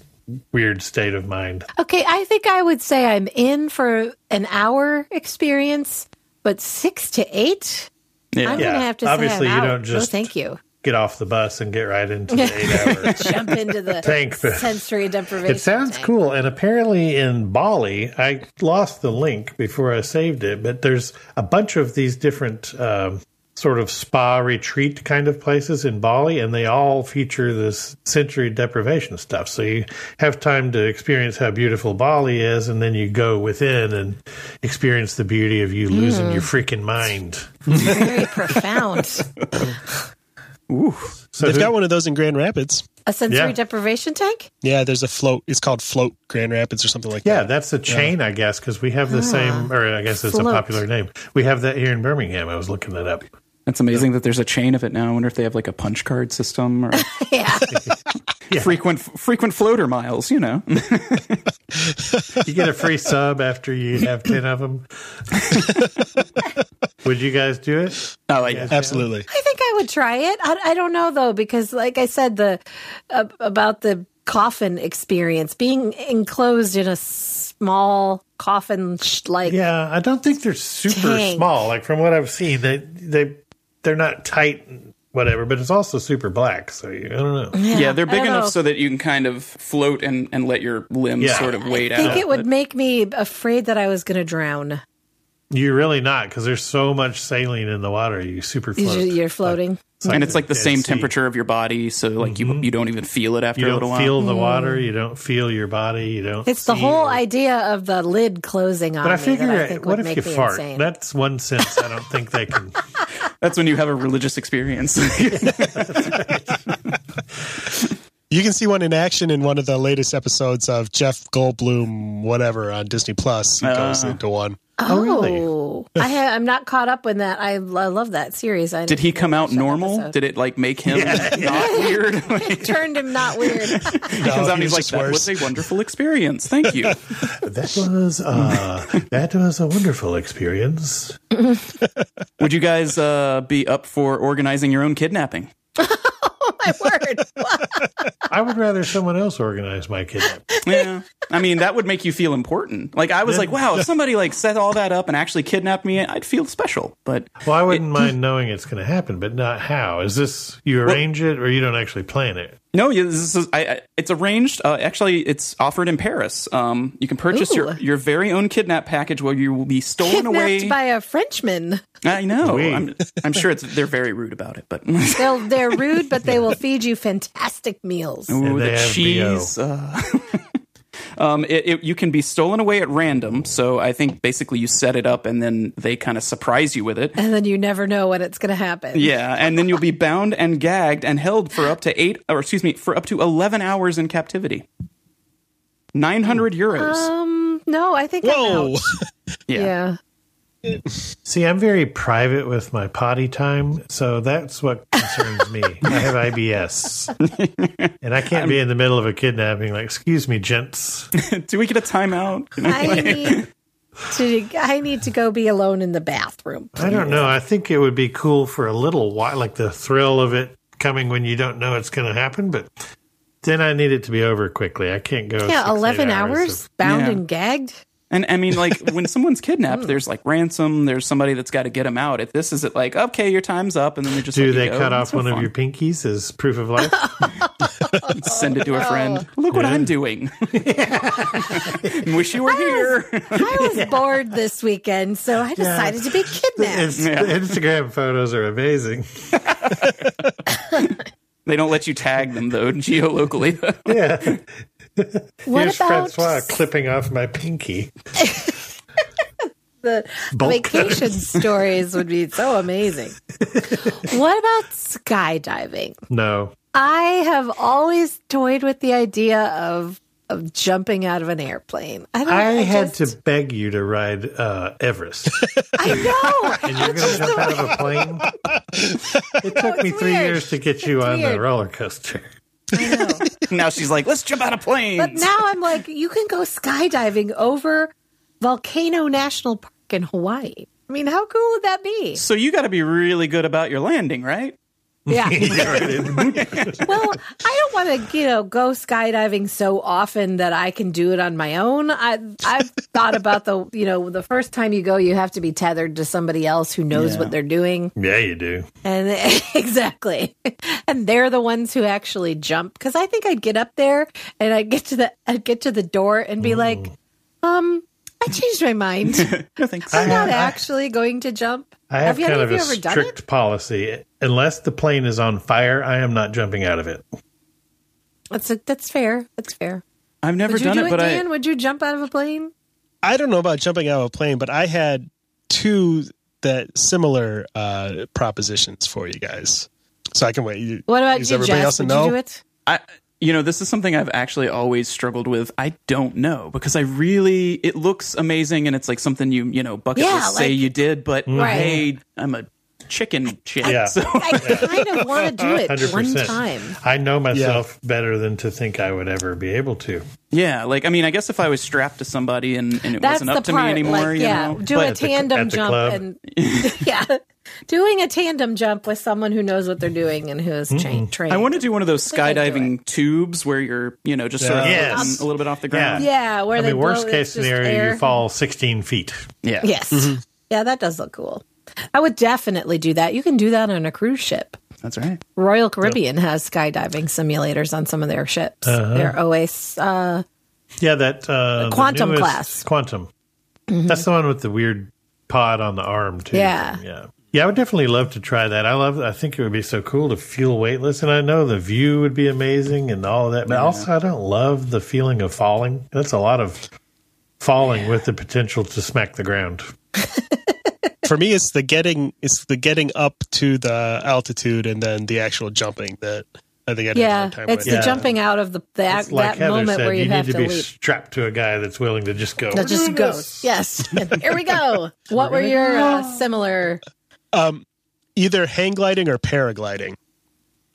Speaker 4: weird state of mind.
Speaker 6: Okay, I think I would say I'm in for an hour experience, but six to eight, I'm
Speaker 5: yeah.
Speaker 4: Yeah,
Speaker 6: gonna have to
Speaker 4: obviously
Speaker 6: say
Speaker 4: you
Speaker 6: I'm out.
Speaker 4: don't just-
Speaker 6: no, thank you.
Speaker 4: Get off the bus and get right into the eight hours.
Speaker 6: Jump into the
Speaker 4: Thank you.
Speaker 6: sensory deprivation.
Speaker 4: It sounds
Speaker 6: tank.
Speaker 4: cool, and apparently in Bali, I lost the link before I saved it. But there's a bunch of these different um, sort of spa retreat kind of places in Bali, and they all feature this sensory deprivation stuff. So you have time to experience how beautiful Bali is, and then you go within and experience the beauty of you losing your freaking mind.
Speaker 6: Very profound.
Speaker 4: So
Speaker 3: They've
Speaker 4: who-
Speaker 3: got one of those in Grand Rapids.
Speaker 6: A sensory
Speaker 4: Yeah.
Speaker 6: deprivation tank?
Speaker 3: Yeah, there's a float. It's called Float Grand Rapids or something like
Speaker 4: Yeah,
Speaker 3: that.
Speaker 4: that's a chain, I guess, because we have the same, or I guess it's
Speaker 6: Float.
Speaker 4: a popular name. We have that here in Birmingham. I was looking that up.
Speaker 5: That's amazing that there's a chain of it now. I wonder if they have like a punch card system or
Speaker 6: Yeah.
Speaker 5: frequent frequent floater miles. You know,
Speaker 4: You get a free sub after you have 10 of them. Would you guys do it?
Speaker 5: Oh, I like that.
Speaker 3: Absolutely.
Speaker 6: I think I would try it. I, I don't know though because, like I said, the ab- about the coffin experience being enclosed in a small coffin, sh- like
Speaker 4: Yeah, I don't think they're super
Speaker 6: Dang.
Speaker 4: small. Like from what I've seen, they they they're not tight and whatever, but it's also super black, so you, I don't know.
Speaker 5: Yeah, they're
Speaker 6: I
Speaker 5: big
Speaker 6: don't
Speaker 5: enough
Speaker 6: know.
Speaker 5: so that you can kind of float and, and let your limbs
Speaker 4: Yeah.
Speaker 5: sort of wade
Speaker 6: I think
Speaker 5: out.
Speaker 6: it would
Speaker 5: but-
Speaker 6: make me afraid that I was going to drown.
Speaker 4: You're really not cuz there's so much saline in the water. You super
Speaker 6: You
Speaker 4: float.
Speaker 6: ju- You're floating.
Speaker 5: and it's like the
Speaker 4: Dead
Speaker 5: same
Speaker 4: Sea. Mm-hmm.
Speaker 5: temperature of your body, so like you you don't even feel it after
Speaker 4: You
Speaker 5: a little
Speaker 4: don't feel
Speaker 5: while.
Speaker 4: the water, you don't feel your body, you don't
Speaker 6: Mm-hmm. It's the
Speaker 4: see
Speaker 6: whole
Speaker 4: or-
Speaker 6: idea of the lid closing on
Speaker 4: But I
Speaker 6: me that I
Speaker 4: figure
Speaker 6: think
Speaker 4: what
Speaker 6: would
Speaker 4: if
Speaker 6: make
Speaker 4: you
Speaker 6: me
Speaker 4: fart?
Speaker 6: insane.
Speaker 4: That's one sense I don't think they can
Speaker 5: That's when you have a religious experience.
Speaker 3: You can see one in action in one of the latest episodes of Jeff Goldblum, whatever, on Disney Plus. He
Speaker 4: Uh-huh.
Speaker 3: goes into one.
Speaker 6: oh,
Speaker 4: really?
Speaker 6: I ha- I'm not caught up in that. I, lo- I love that series. I
Speaker 5: Did he come out
Speaker 6: watched that
Speaker 5: normal?
Speaker 6: episode.
Speaker 5: Did it like make him not weird? Like,
Speaker 6: It turned him not weird.
Speaker 5: he comes out and
Speaker 3: he
Speaker 5: he's like,
Speaker 3: was
Speaker 5: "That
Speaker 3: just
Speaker 5: was a wonderful experience. Thank you."
Speaker 4: That was uh, that was a wonderful experience.
Speaker 5: would you guys uh, be up for organizing your own kidnapping?
Speaker 6: My word.
Speaker 4: I would rather someone else organize my kidnap.
Speaker 5: Yeah, I mean that would make you feel important. Like I was like, "Wow, if somebody like set all that up and actually kidnapped me, I'd feel special." But
Speaker 4: Well, I wouldn't mind knowing it's going to happen, but not how. Is this you arrange it or you don't actually plan it?
Speaker 5: No, yeah, this is, I, I, it's arranged. Uh, actually, it's offered in Paris. Um, you can purchase your,
Speaker 6: Ooh.
Speaker 5: your very own kidnap package where you will be stolen
Speaker 6: Kidnapped
Speaker 5: away.
Speaker 6: by a Frenchman.
Speaker 5: I know.
Speaker 4: Wait.
Speaker 5: I'm, I'm sure it's they're very rude about it, but
Speaker 6: They'll, they're rude, but they will feed you fantastic meals.
Speaker 5: Ooh,
Speaker 4: they
Speaker 5: the
Speaker 4: have BO.
Speaker 5: cheese. Uh, um, it, it, you can be stolen away at random. So I think basically you set it up and then they kind of surprise you with it.
Speaker 6: And then you never know when it's going to happen.
Speaker 5: Yeah, and then you'll be bound and gagged and held for up to eight, or excuse me, for up to eleven hours in captivity. Nine hundred euros.
Speaker 6: No, I think I'm
Speaker 3: Whoa!
Speaker 6: out. Yeah.
Speaker 4: See, I'm very private with my potty time, so that's what concerns me. I have IBS, and I can't be in the middle of a kidnapping. Like, excuse me, gents.
Speaker 5: Do we get a timeout?
Speaker 6: I need to I need to go be alone in the bathroom.
Speaker 4: I don't know. I think it would be cool for a little while, like the thrill of it coming when you don't know it's going to happen, but. Then I need it to be over quickly. I can't go. six,
Speaker 6: Yeah,
Speaker 4: eight
Speaker 6: 11 hours,
Speaker 4: of-
Speaker 6: bound
Speaker 5: Yeah.
Speaker 6: and gagged.
Speaker 5: And I mean, like when someone's kidnapped,
Speaker 4: Oh.
Speaker 5: there's like ransom. There's somebody that's got to get them out. If this is it, like okay, your time's up, and then they just
Speaker 4: Do
Speaker 5: let you
Speaker 4: they
Speaker 5: go.
Speaker 4: cut
Speaker 5: It's
Speaker 4: off
Speaker 5: so
Speaker 4: one of
Speaker 5: fun.
Speaker 4: your pinkies as proof of life?
Speaker 5: send it to
Speaker 6: Oh.
Speaker 5: a friend? Look what I'm doing. Wish you were here.
Speaker 6: I was bored this weekend, so I decided to be kidnapped.
Speaker 4: It's- The Instagram photos are amazing.
Speaker 5: they don't let you tag them though geolocally.
Speaker 4: Yeah.
Speaker 6: What
Speaker 4: Here's
Speaker 6: about
Speaker 4: Francois clipping off my pinky.
Speaker 6: the
Speaker 4: Bulk
Speaker 6: vacation stories would be so amazing. what about skydiving?
Speaker 4: No.
Speaker 6: I have always toyed with the idea of of jumping out of an airplane. I, don't,
Speaker 4: I had
Speaker 6: just-
Speaker 4: to beg you to ride uh, Everest.
Speaker 6: I know.
Speaker 4: And you're going to jump out of a plane? It took me three
Speaker 6: weird.
Speaker 4: years to get you on the
Speaker 6: weird.
Speaker 4: roller coaster.
Speaker 6: I know.
Speaker 5: now she's like, let's jump out of planes.
Speaker 6: But now I'm like, you can go skydiving over Volcano National Park in Hawaii. I mean, how cool would that be?
Speaker 5: so you got to be really good about your landing, right?
Speaker 6: Yeah. well, I don't want to, you know, go skydiving so often that I can do it on my own. I I've thought about the, you know, the first time you go, you have to be tethered to somebody else who knows
Speaker 5: Yeah.
Speaker 6: what they're doing.
Speaker 4: Yeah, you do.
Speaker 6: And exactly. And they're the ones who actually jump cuz I think I'd get up there and I'd get to the I'd get to the door and be like, um I changed my mind.
Speaker 5: No thanks.
Speaker 6: I'm not
Speaker 4: have- I-
Speaker 6: actually going to jump.
Speaker 4: I have,
Speaker 6: you,
Speaker 4: kind
Speaker 6: any
Speaker 4: of a
Speaker 6: you ever done it?
Speaker 4: strict policy. Unless the plane is on fire, I am not jumping out of it.
Speaker 6: That's a, that's fair. That's fair.
Speaker 5: I've never
Speaker 6: Would you
Speaker 5: done
Speaker 6: do
Speaker 5: it, but
Speaker 6: it, Dan? Would you jump out of a plane?
Speaker 3: I don't know about jumping out of a plane, but I had two that similar uh, propositions for you guys. So I can wait. You-
Speaker 6: What about
Speaker 3: is
Speaker 6: you,
Speaker 3: everybody
Speaker 6: Jess?
Speaker 3: else a
Speaker 6: Would
Speaker 3: no?
Speaker 6: you do it?
Speaker 5: I, I, you know, this is something I've actually always struggled with. I don't know because I really, it looks amazing and it's like something you, you know, bucket
Speaker 6: Yeah,
Speaker 5: list say
Speaker 3: Mm-hmm.
Speaker 6: like-
Speaker 5: you did, but
Speaker 6: Right.
Speaker 5: hey, I'm a chicken shit.
Speaker 4: Yeah.
Speaker 5: So
Speaker 6: I kind of want
Speaker 4: Uh,
Speaker 6: to do it one
Speaker 4: 100%.
Speaker 6: time.
Speaker 4: I know myself better than to think I would ever be able to.
Speaker 5: yeah, like I mean, I guess if I was strapped to somebody and, and it
Speaker 6: That's
Speaker 5: wasn't
Speaker 6: the
Speaker 5: up to
Speaker 6: part.
Speaker 5: me anymore,
Speaker 6: like,
Speaker 5: you
Speaker 6: yeah,
Speaker 5: know.
Speaker 6: do
Speaker 5: But-
Speaker 6: a tandem
Speaker 4: at the
Speaker 6: jump
Speaker 4: club.
Speaker 6: and yeah, doing a tandem jump with someone who knows what they're doing and who is tra- trained.
Speaker 5: I want to do one of those
Speaker 6: I'd do
Speaker 5: skydiving tubes where you're, you know, just sort of
Speaker 4: Yes.
Speaker 5: floating a little bit off the ground.
Speaker 6: Yeah, where
Speaker 4: I
Speaker 6: they
Speaker 4: mean, worst
Speaker 6: blow-
Speaker 4: case
Speaker 6: it's just
Speaker 4: scenario,
Speaker 6: air.
Speaker 4: you fall 16 feet.
Speaker 5: Yeah.
Speaker 6: Yes,
Speaker 5: Mm-hmm.
Speaker 6: yeah, that does look cool. I would definitely do that. You can do that on a cruise ship.
Speaker 5: That's right.
Speaker 6: Royal Caribbean has skydiving simulators on some of their ships.
Speaker 4: Uh-huh.
Speaker 6: Their OAS. Uh,
Speaker 4: Yeah, that uh, the
Speaker 6: Quantum
Speaker 4: newest-
Speaker 6: class. Mm-hmm.
Speaker 4: Quantum. That's the one with the weird pod on the arm too.
Speaker 6: Yeah.
Speaker 4: yeah, yeah. I would definitely love to try that. I love. I think it would be so cool to feel weightless, and I know the view would be amazing and all of that. But also, I don't love the feeling of falling. That's a lot of falling with the potential to smack the ground.
Speaker 3: For me, it's the getting it's the getting up to the altitude and then the actual jumping that I think I'd have a
Speaker 6: yeah,
Speaker 3: hard time
Speaker 6: it's
Speaker 3: with.
Speaker 6: the
Speaker 4: Yeah.
Speaker 6: jumping out of the that,
Speaker 4: It's like
Speaker 6: that
Speaker 4: Heather
Speaker 6: moment
Speaker 4: said,
Speaker 6: where you,
Speaker 4: you,
Speaker 6: have
Speaker 4: need to,
Speaker 6: to
Speaker 4: be
Speaker 6: leap.
Speaker 4: strapped to a guy that's willing to just go.
Speaker 6: That just goes. Yes. Here we go. What were your uh, similar?
Speaker 3: Either hang gliding or paragliding.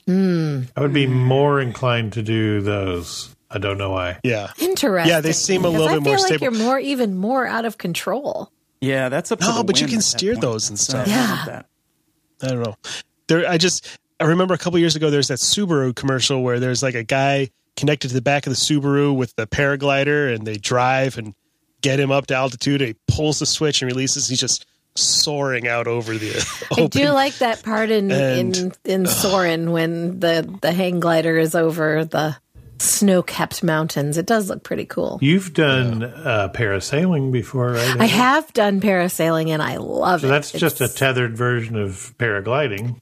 Speaker 4: I would be more inclined to do those. I don't know why.
Speaker 3: Yeah.
Speaker 6: Interesting.
Speaker 3: Yeah, they seem a
Speaker 6: Because
Speaker 3: little
Speaker 6: I
Speaker 3: bit more
Speaker 6: feel like
Speaker 3: stable.
Speaker 6: You're more, even more out of control.
Speaker 5: Yeah, that's up to
Speaker 3: No,
Speaker 5: the
Speaker 3: but you
Speaker 5: wind
Speaker 3: can
Speaker 5: at that
Speaker 3: steer
Speaker 5: point.
Speaker 3: those and
Speaker 5: So,
Speaker 3: stuff.
Speaker 5: I
Speaker 6: Yeah.
Speaker 5: love that.
Speaker 3: I don't know. There, I just I remember a couple years ago there's that Subaru commercial where there's like a guy connected to the back of the Subaru with the paraglider, and they drive and get him up to altitude. He pulls the switch and releases. He's just soaring out over the.
Speaker 6: I do like that part in in
Speaker 3: And-
Speaker 6: in Soren when the the hang glider is over the snow capped mountains. It does look pretty cool.
Speaker 4: You've done uh, parasailing before, right?
Speaker 6: I have done parasailing and I love
Speaker 4: So
Speaker 6: it.
Speaker 4: that's
Speaker 6: It's-
Speaker 4: just a tethered version of paragliding.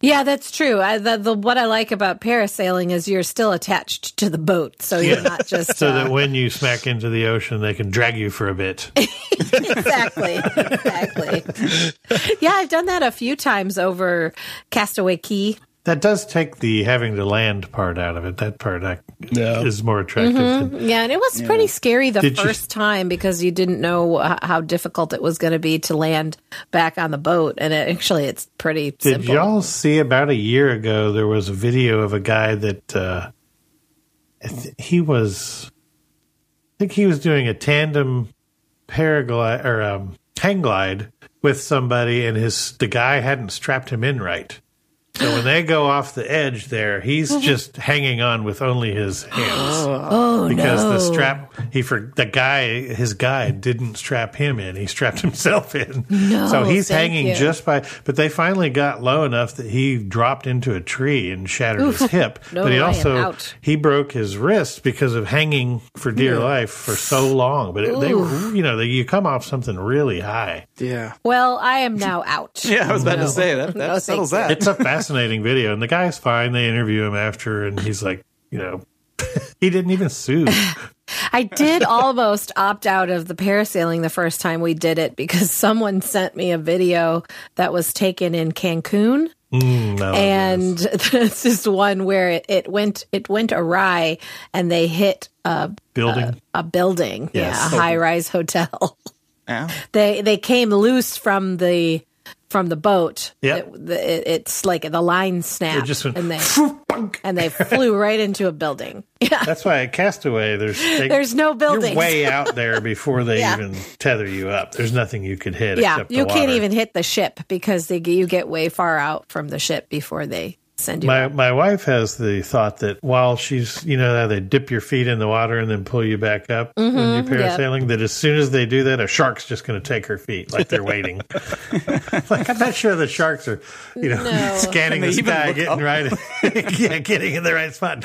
Speaker 6: Yeah, that's true. I, the, the what I like about parasailing is you're still attached to the boat, so you're not just
Speaker 4: So
Speaker 6: uh,
Speaker 4: that when you smack into the ocean, they can drag you for a bit.
Speaker 6: exactly, exactly. Yeah, I've done that a few times over Castaway Key.
Speaker 4: That does take the having to land part out of it. That part I,
Speaker 3: Yeah.
Speaker 4: is more attractive. than-
Speaker 6: Yeah, and it was pretty scary the
Speaker 4: Did you-
Speaker 6: first time because you didn't know h- how difficult it was going to be to land back on the boat. And it, actually, it's pretty
Speaker 4: Did
Speaker 6: simple.
Speaker 4: y'all see about a year ago? There was a video of a guy that uh, I th- he was. I think he was doing a tandem paraglide or um, hang glide with somebody, and his the guy hadn't strapped him in right. So when they go off the edge, there he's just hanging on with only his hands
Speaker 6: oh,
Speaker 4: because
Speaker 6: no.
Speaker 4: the strap he for the guy his guide didn't strap him in he strapped himself in so he's
Speaker 6: thank
Speaker 4: hanging
Speaker 6: you.
Speaker 4: just by but they finally got low enough that he dropped into a tree and shattered his hip
Speaker 6: No,
Speaker 4: but he
Speaker 6: I am
Speaker 4: also
Speaker 6: out.
Speaker 4: he broke his wrist because of hanging for dear life for so long but it, they were you know they, you come off something really high
Speaker 5: Yeah.
Speaker 6: Well, I am now out.
Speaker 5: Yeah, I was about to say that. That
Speaker 6: No, thank
Speaker 5: settles
Speaker 6: you.
Speaker 5: that.
Speaker 4: it's a fascinating video and the guy's fine they interview him after and he's like you know he didn't even sue
Speaker 6: I did almost opt out of the parasailing the first time we did it because someone sent me a video that was taken in Cancun.
Speaker 5: Oh,
Speaker 4: no,
Speaker 6: and this is one where it, it went it went awry and they hit a,
Speaker 4: building
Speaker 6: a building yeah,
Speaker 4: Yes.
Speaker 6: a high rise hotel
Speaker 5: Ow.
Speaker 6: they they came loose from the from the boat
Speaker 4: Yeah.
Speaker 6: it, the- it- it's like the line snapped
Speaker 4: just went
Speaker 6: and they and they flew right into a building yeah
Speaker 4: That's why at Castaway, there's they,
Speaker 6: There's no buildings.
Speaker 4: You're way out there before they even tether you up. There's nothing you could hit.
Speaker 6: yeah
Speaker 4: except the
Speaker 6: you can't
Speaker 4: water.
Speaker 6: even hit the ship because they you get way far out from the ship before they send you
Speaker 4: My my wife has the thought that while she's you know how they dip your feet in the water and then pull you back up
Speaker 6: Mm-hmm.
Speaker 4: when you're
Speaker 6: yeah.
Speaker 4: parasailing that as soon as they do that a shark's just going to take her feet like they're waiting. like I'm not sure the sharks are you know
Speaker 6: No.
Speaker 4: scanning the
Speaker 5: Can they even
Speaker 4: sky
Speaker 5: look
Speaker 4: getting
Speaker 5: up?
Speaker 4: right yeah getting in the right spot.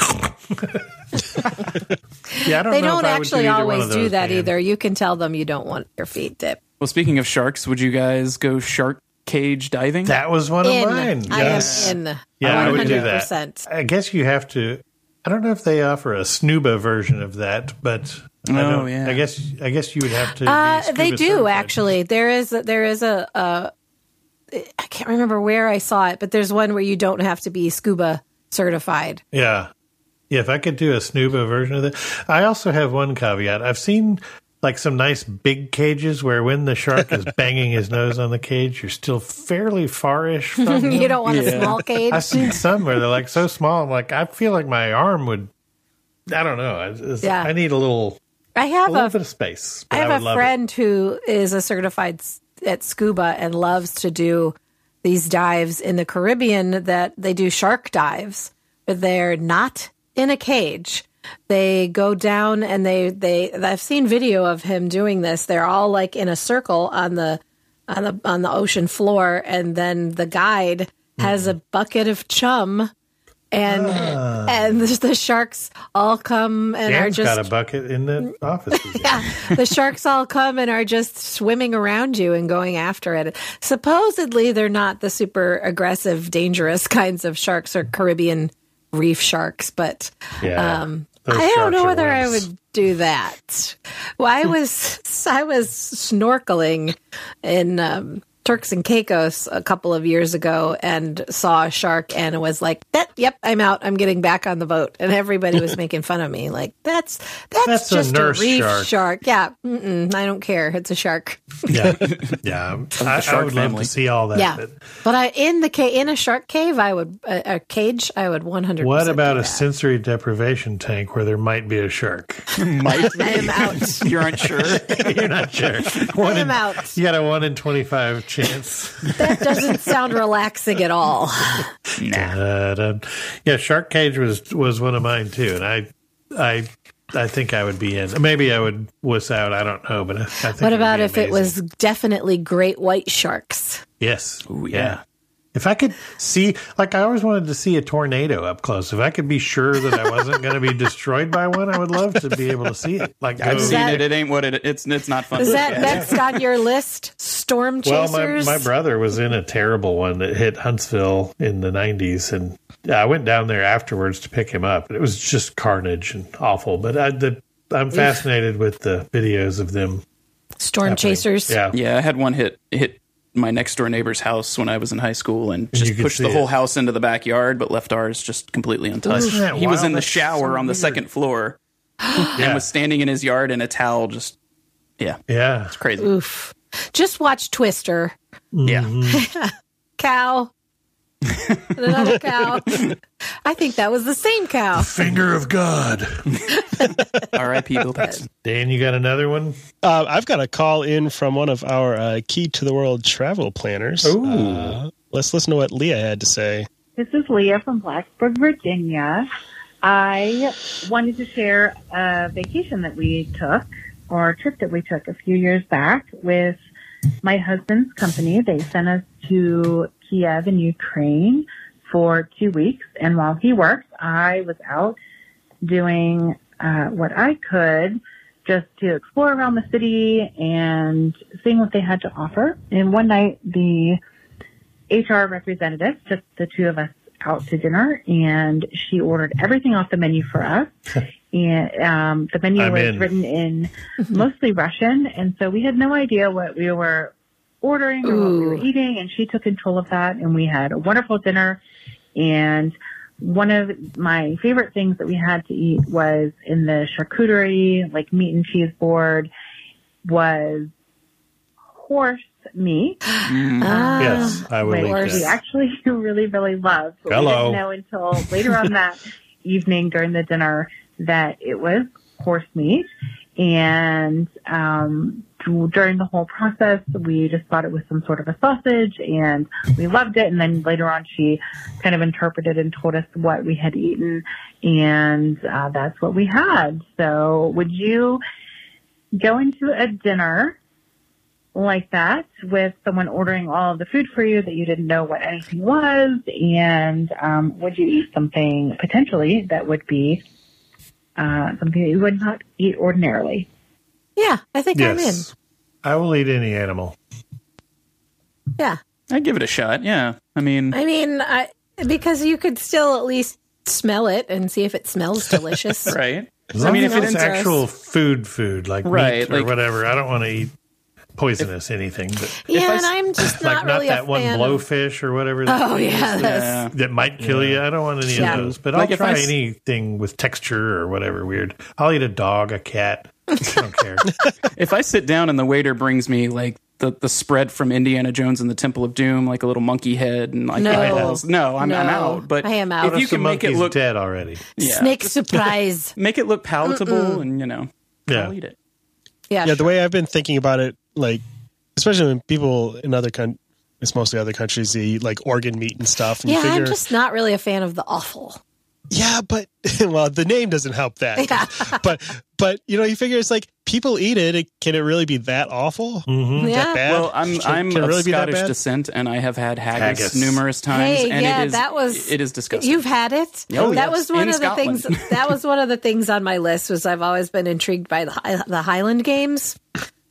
Speaker 4: yeah, I don't know
Speaker 6: they don't
Speaker 4: if I would
Speaker 6: actually
Speaker 4: do either one
Speaker 6: always
Speaker 4: of
Speaker 6: do
Speaker 4: those,
Speaker 6: that
Speaker 4: Dan.
Speaker 6: either you can tell them you don't want your feet dipped
Speaker 5: Well, speaking of sharks, would you guys go shark cage diving?
Speaker 4: That was one
Speaker 6: in.
Speaker 4: of mine.
Speaker 6: I
Speaker 4: yes.
Speaker 6: am in.
Speaker 4: Yeah, I would do
Speaker 6: 100%.
Speaker 4: that. I guess you have to. I don't know if they offer a snuba version of that, but I
Speaker 5: Oh,
Speaker 4: don't,
Speaker 5: yeah.
Speaker 4: I guess I guess you would have to. be
Speaker 6: Uh,
Speaker 4: scuba
Speaker 6: they do
Speaker 4: certified.
Speaker 6: actually. There is there is a, a I can't remember where I saw it, but there's one where you don't have to be scuba certified.
Speaker 4: Yeah, yeah. If I could do a snuba version of that, I also have one caveat. I've seen like some nice big cages where when the shark is banging his nose on the cage, you're still fairly farish from
Speaker 6: you don't want a small cage.
Speaker 4: I've seen some where they're like so small. I'm like, I feel like my arm would. I don't know. It's, it's-
Speaker 6: Yeah.
Speaker 4: I need a little,
Speaker 6: I
Speaker 4: a
Speaker 6: have
Speaker 4: little
Speaker 6: a
Speaker 4: bit of space. but
Speaker 6: I
Speaker 4: would
Speaker 6: have a
Speaker 4: love it.
Speaker 6: friend who is a certified s- at scuba and loves to do these dives in the Caribbean that they do shark dives, but they're not in a cage. They go down and they they I've seen video of him doing this. They're all like in a circle on the on the on the ocean floor and then the guide has
Speaker 4: Mm-hmm.
Speaker 6: a bucket of chum and and the sharks all come and
Speaker 4: Ah. Dan's
Speaker 6: are just Mm.
Speaker 4: got a bucket in the office.
Speaker 6: the sharks all come and are just swimming around you and going after it. Supposedly, they're not the super aggressive, dangerous kinds of sharks or Caribbean reef sharks, but
Speaker 4: Yeah.
Speaker 5: Um,
Speaker 4: Those
Speaker 6: I don't
Speaker 4: Oh, sharks
Speaker 6: know
Speaker 4: are
Speaker 6: whether I
Speaker 4: wimps.
Speaker 6: would do that. Well, I was I was snorkeling in um, Turks and Caicos a couple of years ago and saw a shark and was like, "That, yep, I'm out. I'm getting back on the boat." And everybody was making fun of me, like, "That's that's,
Speaker 4: That's a
Speaker 6: just a,
Speaker 4: nurse
Speaker 6: reef
Speaker 4: shark."
Speaker 6: shark. Yeah, mm-mm, I don't care. It's a shark.
Speaker 4: Yeah, yeah. I, I
Speaker 5: shark
Speaker 4: would love
Speaker 5: family.
Speaker 4: to see all that.
Speaker 6: yeah,
Speaker 4: but
Speaker 6: but I in the ca- in a shark cave, I would a, a cage. I would 100.
Speaker 4: what about a sensory deprivation tank where there might be a shark?
Speaker 5: Might
Speaker 6: I am out.
Speaker 5: you aren't sure?
Speaker 4: You're not sure.
Speaker 6: I
Speaker 4: One
Speaker 6: am
Speaker 4: in,
Speaker 6: out.
Speaker 4: you got a one in twenty-five chance.
Speaker 6: That doesn't sound relaxing at all.
Speaker 4: Uh, dun. yeah, Shark Cage was was one of mine too, and I, I, I think I would be in. Maybe I would wuss out. I don't know, but I, I think.
Speaker 6: What
Speaker 4: it would
Speaker 6: about
Speaker 4: be
Speaker 6: if it
Speaker 4: amazing.
Speaker 6: was definitely great white sharks?
Speaker 4: Yes.
Speaker 5: Ooh,
Speaker 4: yeah.
Speaker 5: yeah.
Speaker 4: If I could see, like, I always wanted to see a tornado up close. If I could be sure that I wasn't going to be destroyed by one, I would love to be able to see it. Like,
Speaker 5: I've
Speaker 4: go-
Speaker 5: seen
Speaker 6: that-
Speaker 5: it. It ain't what it. It's it's not fun.
Speaker 6: Is that
Speaker 5: Yeah.
Speaker 6: next on your list? Storm
Speaker 4: Well,
Speaker 6: chasers?
Speaker 4: my, my brother was in a terrible one that hit Huntsville in the 90s. And I went down there afterwards to pick him up. It was just carnage and awful. But I, the, I'm fascinated with the videos of them.
Speaker 6: Storm chasers.
Speaker 4: Yeah.
Speaker 5: Yeah, I had one hit hit my next door neighbor's house when I was in high school and just
Speaker 4: could
Speaker 5: pushed
Speaker 4: see
Speaker 5: the whole
Speaker 4: it.
Speaker 5: house into the backyard, but left ours just completely untouched.
Speaker 4: Isn't that
Speaker 5: He was
Speaker 4: wild?
Speaker 5: in the
Speaker 4: That's
Speaker 5: shower
Speaker 4: so
Speaker 5: on the
Speaker 4: weird.
Speaker 5: second floor
Speaker 4: Yeah.
Speaker 5: and was standing in his yard in a towel, just yeah,
Speaker 4: yeah.
Speaker 5: crazy.
Speaker 6: Oof. Just watch Twister.
Speaker 5: Yeah,
Speaker 6: Cow. And Another cow. I think that was the same cow.
Speaker 4: Finger of God.
Speaker 5: R.I.P. Bill Paxton.
Speaker 4: Dan, you got another one?
Speaker 3: Uh, I've got a call in from one of our uh, Key to the World travel planners.
Speaker 4: Ooh.
Speaker 3: Uh, let's listen to what Leah had to say.
Speaker 7: This is Leah from Blacksburg, Virginia. I wanted to share a vacation that we took or a trip that we took a few years back with my husband's company. They sent us to Kiev in Ukraine for two weeks. And while he worked, I was out doing uh, what I could just to explore around the city and seeing what they had to offer. And one night, the HR representative took the two of us out to dinner, and she ordered everything off the menu for us. and um, the menu
Speaker 4: I'm
Speaker 7: was
Speaker 4: in.
Speaker 7: written in mostly Russian, and so we had no idea what we were ordering or what we were
Speaker 6: Ooh.
Speaker 7: eating. And she took control of that, and we had a wonderful dinner. And one of my favorite things that we had to eat was in the charcuterie, like meat and cheese board, was horse meat
Speaker 4: Uh,
Speaker 6: Ah.
Speaker 4: yes, I will
Speaker 7: which
Speaker 4: eat
Speaker 7: we
Speaker 4: that.
Speaker 7: actually really, really loved. But
Speaker 4: Hello.
Speaker 7: We didn't know until later on that evening during the dinner that it was horse meat. And um, d- during the whole process, we just thought it was some sort of a sausage and we loved it. And then later on, she kind of interpreted and told us what we had eaten. And uh, that's what we had. So would you go into a dinner like that with someone ordering all of the food for you that you didn't know what anything was and um, would you eat something potentially that would be uh, something that you would not eat ordinarily
Speaker 6: Yeah, I think I'm in.
Speaker 4: Yes. I will eat any animal.
Speaker 6: Yeah.
Speaker 5: I'd give it a shot. Yeah, I mean,
Speaker 6: I mean, I, because you could still at least smell it and see if it smells delicious.
Speaker 5: right?
Speaker 4: As
Speaker 5: I
Speaker 4: long
Speaker 5: mean,
Speaker 4: as
Speaker 5: if it
Speaker 4: it's
Speaker 6: didn't-
Speaker 4: actual food, food like
Speaker 5: Right,
Speaker 4: meat or
Speaker 5: like-
Speaker 4: whatever, I don't want to eat poisonous anything. But
Speaker 5: If I
Speaker 6: Yeah,
Speaker 5: s-
Speaker 6: and I'm just not
Speaker 4: like not
Speaker 6: really
Speaker 4: that
Speaker 6: a
Speaker 4: one
Speaker 6: fan. of,
Speaker 4: blowfish or whatever that,
Speaker 6: oh yeah, that's-
Speaker 5: Yeah.
Speaker 4: that might kill you. I don't want any
Speaker 6: Yeah.
Speaker 4: of those. But
Speaker 5: Like
Speaker 4: I'll
Speaker 5: if I
Speaker 4: try
Speaker 5: s-
Speaker 4: anything with texture or whatever weird. I'll eat a dog, a cat. I don't care.
Speaker 5: If I sit down and the waiter brings me like the, the spread from Indiana Jones and the Temple of Doom, like a little monkey head and like
Speaker 6: No.
Speaker 5: eyeballs, no, I'm, I'm
Speaker 6: No.
Speaker 5: out. But
Speaker 6: I am
Speaker 5: If
Speaker 6: out.
Speaker 4: Unless
Speaker 5: you can
Speaker 4: the
Speaker 5: make it
Speaker 4: monkey's
Speaker 5: look
Speaker 4: dead already.
Speaker 5: yeah,
Speaker 6: Snake surprise.
Speaker 5: make it look palatable, and you know,
Speaker 4: Yeah.
Speaker 5: I'll eat it.
Speaker 6: Yeah.
Speaker 3: Yeah, the way I've been thinking about it, like especially when people in other countries, it's mostly other countries, they eat like organ meat and stuff. And you
Speaker 6: yeah, I'm
Speaker 3: figure-
Speaker 6: just not really a fan of the awful.
Speaker 3: yeah, but well, the name doesn't help that. but but you know, you figure it's like people eat it. it can it really be that awful?
Speaker 4: Mm-hmm.
Speaker 3: That
Speaker 6: Yeah.
Speaker 3: bad?
Speaker 5: Well, I'm
Speaker 3: Can-
Speaker 5: I'm
Speaker 3: can it
Speaker 5: of
Speaker 3: really be that
Speaker 5: Scottish
Speaker 3: bad?
Speaker 5: descent, and I have had haggis,
Speaker 4: Haggis.
Speaker 5: numerous times,
Speaker 6: Hey,
Speaker 5: and
Speaker 6: yeah,
Speaker 5: it is
Speaker 6: that was
Speaker 5: it is disgusting.
Speaker 6: You've had it.
Speaker 5: Oh,
Speaker 6: that
Speaker 5: yes.
Speaker 6: was one
Speaker 5: In
Speaker 6: of
Speaker 5: Scotland.
Speaker 6: the things. That was one of the things on my list. Was I've always been intrigued by the, Hi- the Highland Games.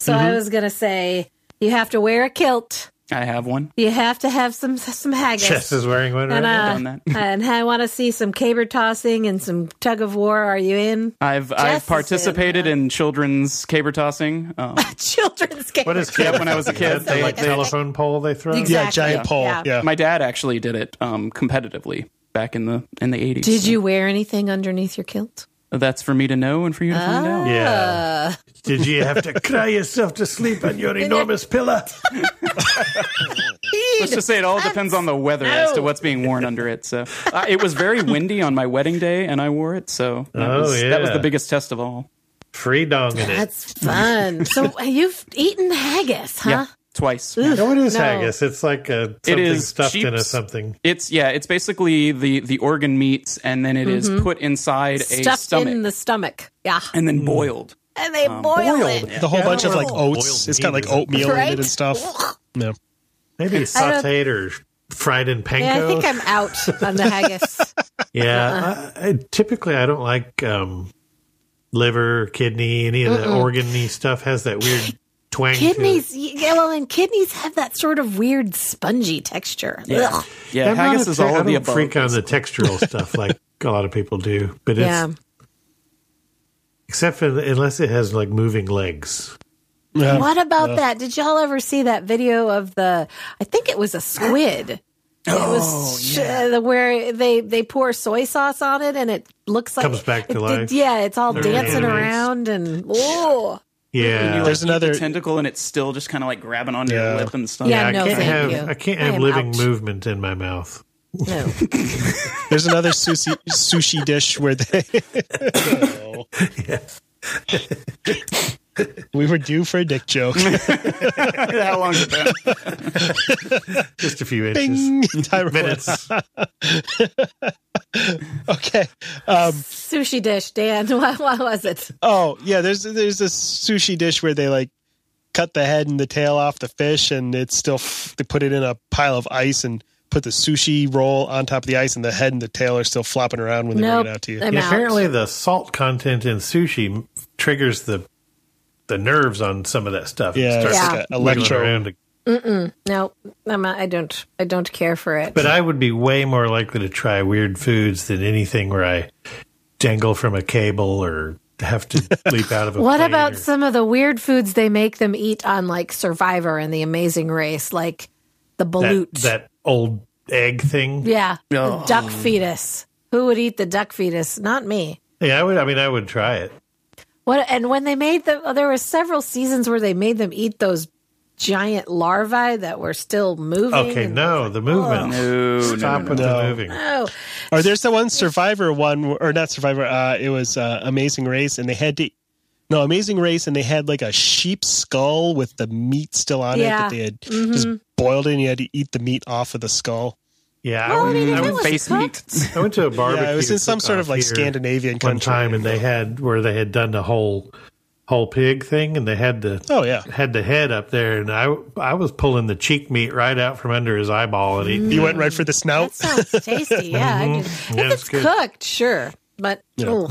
Speaker 6: So I was gonna say you have to wear a kilt.
Speaker 5: I have one.
Speaker 6: You have to have some some haggis.
Speaker 4: Jess is wearing one.
Speaker 6: and,
Speaker 4: right
Speaker 6: uh,
Speaker 5: done that.
Speaker 6: and I want to see some caber tossing and some tug of war. Are you in?
Speaker 5: I've I've
Speaker 6: is
Speaker 5: participated in children's caber tossing. Um,
Speaker 6: Children's caber.
Speaker 4: What is
Speaker 6: tossing.
Speaker 5: when I was a kid,
Speaker 4: Is that the, like
Speaker 5: they-
Speaker 4: telephone pole they throw?
Speaker 6: Exactly.
Speaker 3: yeah, giant pole.
Speaker 6: Yeah.
Speaker 3: Yeah.
Speaker 5: my dad actually did it um, competitively back in the in the 80s.
Speaker 6: Did you wear anything underneath your kilt?
Speaker 5: That's for me to know and for you to find
Speaker 6: Oh.
Speaker 5: out.
Speaker 4: Yeah. Did you have to cry yourself to sleep on your enormous pillow?
Speaker 5: Let's just say it all depends on the weather as to
Speaker 6: No.
Speaker 5: what's being worn under it. So uh, it was very windy on my wedding day, and I wore it. So that,
Speaker 4: Oh,
Speaker 5: was, that was
Speaker 4: yeah.
Speaker 5: the biggest test of all.
Speaker 4: Free dong in it.
Speaker 6: That's fun. so uh, you've eaten haggis, huh?
Speaker 5: Yeah, twice.
Speaker 4: No, it is
Speaker 6: No.
Speaker 4: haggis. It's like a something
Speaker 5: is
Speaker 4: stuffed in a
Speaker 5: sheep's-
Speaker 4: something.
Speaker 5: It's yeah, it's basically the the organ meats, and then it is put inside a
Speaker 6: Mm-hmm. Stuffed
Speaker 5: stomach
Speaker 6: in the stomach. Yeah.
Speaker 5: and
Speaker 4: Mm.
Speaker 5: then boiled.
Speaker 6: And they
Speaker 4: Um,
Speaker 6: boil
Speaker 5: boiled.
Speaker 6: it.
Speaker 3: The whole
Speaker 4: Yeah, I
Speaker 3: bunch of
Speaker 4: don't
Speaker 3: like
Speaker 4: know.
Speaker 3: oats.
Speaker 4: Boiled
Speaker 3: It's got
Speaker 4: meat
Speaker 3: like
Speaker 4: or something.
Speaker 3: oatmeal in
Speaker 6: Right?
Speaker 3: it and stuff. No.
Speaker 4: Maybe
Speaker 6: don't-
Speaker 4: sauteed or fried in panko.
Speaker 6: Yeah, I think I'm out on the haggis.
Speaker 4: Yeah, I, I, typically I don't like um, liver, kidney, any of the organy stuff has that weird twang. to it.
Speaker 6: kidneys, yeah, well, and kidneys have that sort of weird spongy texture. Ugh.
Speaker 5: Yeah,
Speaker 4: I'm not
Speaker 5: haggis
Speaker 4: a
Speaker 5: is
Speaker 4: te-
Speaker 5: all
Speaker 4: I
Speaker 5: of the
Speaker 4: don't
Speaker 5: above.
Speaker 4: Freak on the textural stuff like a lot of people do, but it's
Speaker 6: Yeah.
Speaker 4: except for unless it has like moving legs.
Speaker 3: Yeah.
Speaker 6: What about that? Did y'all ever see that video of the? I think it was a squid. it
Speaker 4: Oh,
Speaker 6: was uh, the where they they pour soy sauce on it and it looks like
Speaker 4: Comes back to
Speaker 6: it did-
Speaker 4: life.
Speaker 6: yeah, it's all
Speaker 4: They're
Speaker 6: dancing
Speaker 4: animals.
Speaker 6: around and oh
Speaker 4: Yeah,
Speaker 5: Like,
Speaker 3: There's
Speaker 5: eat the
Speaker 3: another-
Speaker 5: tentacle, and it's still just kind of like grabbing onto your
Speaker 3: Yeah.
Speaker 5: lip and stuff.
Speaker 6: Yeah,
Speaker 4: I
Speaker 6: no,
Speaker 4: can't
Speaker 6: thank
Speaker 4: have
Speaker 6: you.
Speaker 4: I can't
Speaker 6: I
Speaker 4: have
Speaker 6: am
Speaker 4: living
Speaker 6: out.
Speaker 4: movement in my mouth.
Speaker 6: no.
Speaker 3: There's another sushi sushi dish where they. Oh. we were due for a dick joke.
Speaker 5: How long has it been?
Speaker 4: Just a few inches,
Speaker 3: Bing! Time
Speaker 4: minutes.
Speaker 3: Okay. Um,
Speaker 6: sushi dish, Dan. What, what was it?
Speaker 3: Oh yeah, there's there's this sushi dish where they like cut the head and the tail off the fish, and it's still f- they put it in a pile of ice and put the sushi roll on top of the ice, and the head and the tail are still flopping around when they
Speaker 6: Nope.
Speaker 3: bring it out to you.
Speaker 6: I'm
Speaker 4: Yeah,
Speaker 6: out.
Speaker 4: apparently, the salt content in sushi m- triggers the the nerves on some of that stuff. It
Speaker 3: Yeah, it's
Speaker 4: starts
Speaker 3: like a
Speaker 4: wiggling
Speaker 3: electro-
Speaker 4: around.
Speaker 6: No, I'm out. I don't. I don't care for it.
Speaker 4: But I would be way more likely to try weird foods than anything where I dangle from a cable or have to leap out of a.
Speaker 6: What
Speaker 4: plane
Speaker 6: about
Speaker 4: or-
Speaker 6: some of the weird foods they make them eat on like Survivor and The Amazing Race, like the balut?
Speaker 4: that, that old egg thing? Yeah.
Speaker 6: yeah, the duck fetus. Who would eat the duck fetus? Not me.
Speaker 4: I would. I mean, I would try it.
Speaker 6: What? And when they made them, oh, there were several seasons where they made them eat those giant larvae that were still moving.
Speaker 4: Okay,
Speaker 6: and-
Speaker 4: no, the movement.
Speaker 5: No, no,
Speaker 4: Stop with the
Speaker 3: No.
Speaker 4: moving.
Speaker 6: Oh,
Speaker 3: Or there's the one Survivor one, or not Survivor. Uh, it was uh, Amazing Race, and they had to. No, Amazing Race, and they had like a sheep skull with the meat still on it
Speaker 6: Yeah.
Speaker 3: that they had just boiled in. You had to eat the meat off of the skull.
Speaker 4: Yeah,
Speaker 6: well, I
Speaker 4: I,
Speaker 6: mean,
Speaker 4: went,
Speaker 6: if
Speaker 4: I,
Speaker 6: it
Speaker 4: went,
Speaker 6: was
Speaker 5: Face
Speaker 6: cooked,
Speaker 5: meat.
Speaker 4: I went to a barbecue.
Speaker 3: Yeah, it was in some sort of like
Speaker 4: cook-off here.
Speaker 3: Scandinavian
Speaker 4: one
Speaker 3: country.
Speaker 4: time and they had where they had done the whole whole pig thing and they had the
Speaker 3: Oh yeah,
Speaker 4: had the head up there and I I was pulling the cheek meat right out from under his eyeball and eating.
Speaker 3: you went right for the
Speaker 6: that
Speaker 3: snout.
Speaker 6: sounds tasty. Yeah, I do.
Speaker 4: Mm-hmm. Yeah,
Speaker 6: if
Speaker 4: it's
Speaker 6: it's
Speaker 4: good.
Speaker 6: cooked, sure, but oh,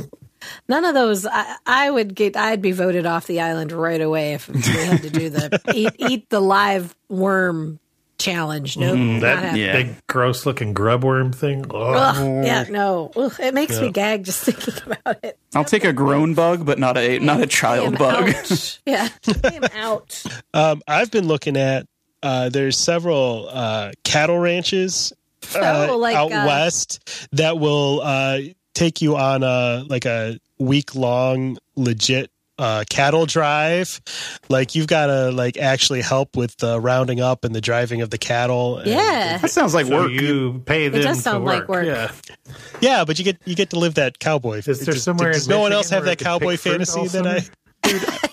Speaker 6: none of those. I, I would get. I'd be voted off the island right away if we had to do the eat, eat the live worm challenge. No, Mm, not
Speaker 4: Mm, that
Speaker 6: happening.
Speaker 5: yeah.
Speaker 4: big gross looking grub worm thing. Oh. Ugh.
Speaker 6: Ugh, yeah, no, Ugh, it makes me gag just thinking about it.
Speaker 5: I'll take a grown bug, but not a not a child
Speaker 6: I'm
Speaker 5: bug.
Speaker 6: out. Yeah, I'm out.
Speaker 3: Um, I've been looking at uh, there's several uh, cattle ranches uh,
Speaker 6: Oh, like,
Speaker 3: out
Speaker 6: uh,
Speaker 3: west that will uh, take you on a like a week long legit uh, cattle drive. Like you've got to like actually help with the rounding up and the driving of the cattle. and-
Speaker 6: Yeah.
Speaker 5: That sounds like
Speaker 4: So
Speaker 5: work.
Speaker 4: you pay them
Speaker 6: does
Speaker 4: to
Speaker 6: sound like work.
Speaker 4: Yeah.
Speaker 3: yeah, but you get you get to live that cowboy.
Speaker 4: Is there
Speaker 3: does,
Speaker 4: somewhere
Speaker 3: Does
Speaker 4: in
Speaker 3: no one
Speaker 4: Michigan
Speaker 3: else have
Speaker 4: where I
Speaker 3: that
Speaker 4: could pick
Speaker 3: cowboy
Speaker 4: fruit
Speaker 3: fantasy
Speaker 4: all
Speaker 3: that I?
Speaker 4: summer?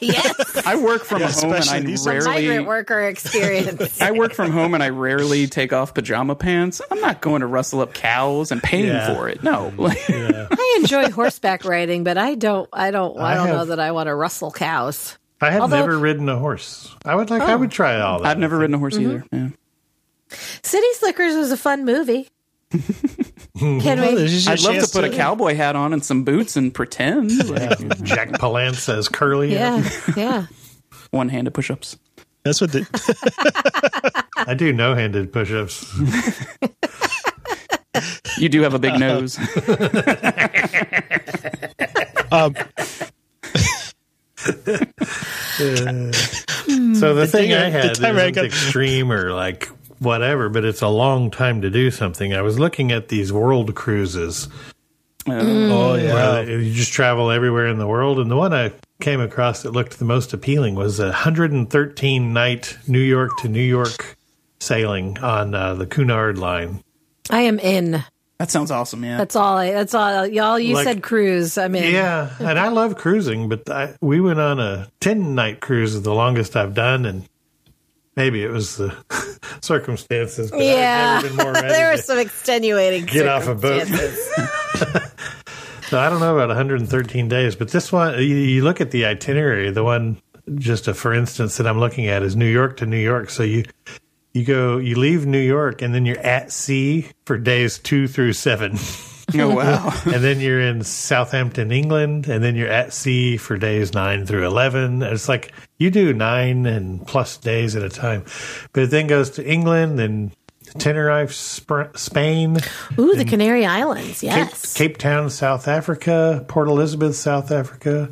Speaker 6: yes.
Speaker 5: I work from home and
Speaker 3: especially
Speaker 5: I
Speaker 3: these-
Speaker 6: Migrant
Speaker 5: rarely.
Speaker 6: worker experience.
Speaker 5: I work from home and I rarely take off pajama pants. I'm not going to rustle up cows and paying
Speaker 4: Yeah.
Speaker 5: for it. No. Like,
Speaker 6: I enjoy horseback riding, but I don't. I don't. I,
Speaker 4: I
Speaker 6: don't know
Speaker 4: have-
Speaker 6: that I want to rustle cows.
Speaker 4: I have
Speaker 6: Although- Oh.
Speaker 4: never ridden a horse. I would like. I would try all that.
Speaker 5: I've never ridden a horse
Speaker 6: Mm-hmm.
Speaker 5: either. Yeah.
Speaker 6: City Slickers was a fun movie. Can
Speaker 3: Well,
Speaker 6: we?
Speaker 3: there's your
Speaker 5: I'd love to
Speaker 3: chance
Speaker 5: put a cowboy hat on and some boots and pretend. Like,
Speaker 4: Jack Palance as Curly.
Speaker 6: Yeah, yeah.
Speaker 5: One handed push ups.
Speaker 3: That's what the,
Speaker 4: I do no-handed push-ups.
Speaker 5: You do have a big nose.
Speaker 3: um,
Speaker 4: So the, thing,
Speaker 3: thing I- the
Speaker 4: I had
Speaker 3: time I
Speaker 4: isn't
Speaker 3: got-
Speaker 4: extreme or like whatever, but it's a long time to do something. I was looking at these world cruises Mm.
Speaker 5: Uh,
Speaker 3: oh yeah.
Speaker 4: where you just travel everywhere in the world, and the one I came across that looked the most appealing was a 113 night New York to New York sailing on uh, the Cunard line.
Speaker 6: I am in.
Speaker 5: that sounds awesome. Yeah.
Speaker 6: That's all. I, that's all. Y'all, you
Speaker 4: Like-
Speaker 6: said cruise. I'm in.
Speaker 4: Yeah, and I love cruising, but I, we went on a 10 night cruise, the longest I've done, and maybe it was the circumstances. But
Speaker 6: Yeah.
Speaker 4: I've never been more ready
Speaker 6: there
Speaker 4: to-
Speaker 6: are some extenuating.
Speaker 4: Get off a boat.
Speaker 6: circumstances.
Speaker 4: So I don't know about 113 days, but this one, you, you look at the itinerary. The one, just a, for instance, that I'm looking at is New York to New York. So you you go, you leave New York, and then you're at sea for days two through seven,
Speaker 5: oh, wow.
Speaker 4: and then you're in Southampton, England, and then you're at sea for days nine through eleven. It's like you do nine and plus days at a time, but it then goes to England, then Tenerife, Sp- Spain.
Speaker 6: Ooh, the Canary Islands.
Speaker 4: Cape,
Speaker 6: Yes.
Speaker 4: Cape Town, South Africa, Port Elizabeth, South Africa,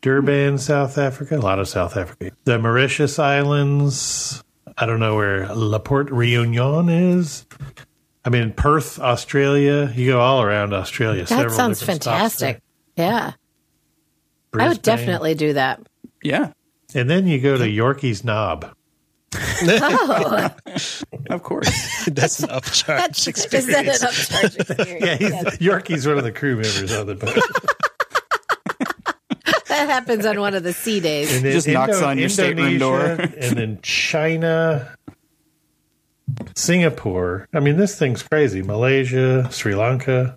Speaker 4: Durban, South Africa, a lot of South Africa. The Mauritius Islands, I don't know where La Porte Reunion is. I mean, Perth, Australia. You go all around Australia.
Speaker 6: that
Speaker 4: several
Speaker 6: sounds
Speaker 4: different stops there.
Speaker 6: fantastic. Yeah, I would
Speaker 4: Brisbane.
Speaker 6: definitely do that.
Speaker 5: Yeah.
Speaker 4: And then you go to Yorkie's Knob.
Speaker 5: Of course.
Speaker 3: That's an upcharge
Speaker 6: Is that an
Speaker 3: experience.
Speaker 6: upcharge experience?
Speaker 4: Yeah, he's, Yorkie's one of the crew members on the boat.
Speaker 6: That happens on one of the sea days.
Speaker 4: And then
Speaker 5: Just knocks on your stateroom door.
Speaker 4: Indonesia, and then China, Singapore. I mean, this thing's crazy. Malaysia, Sri Lanka,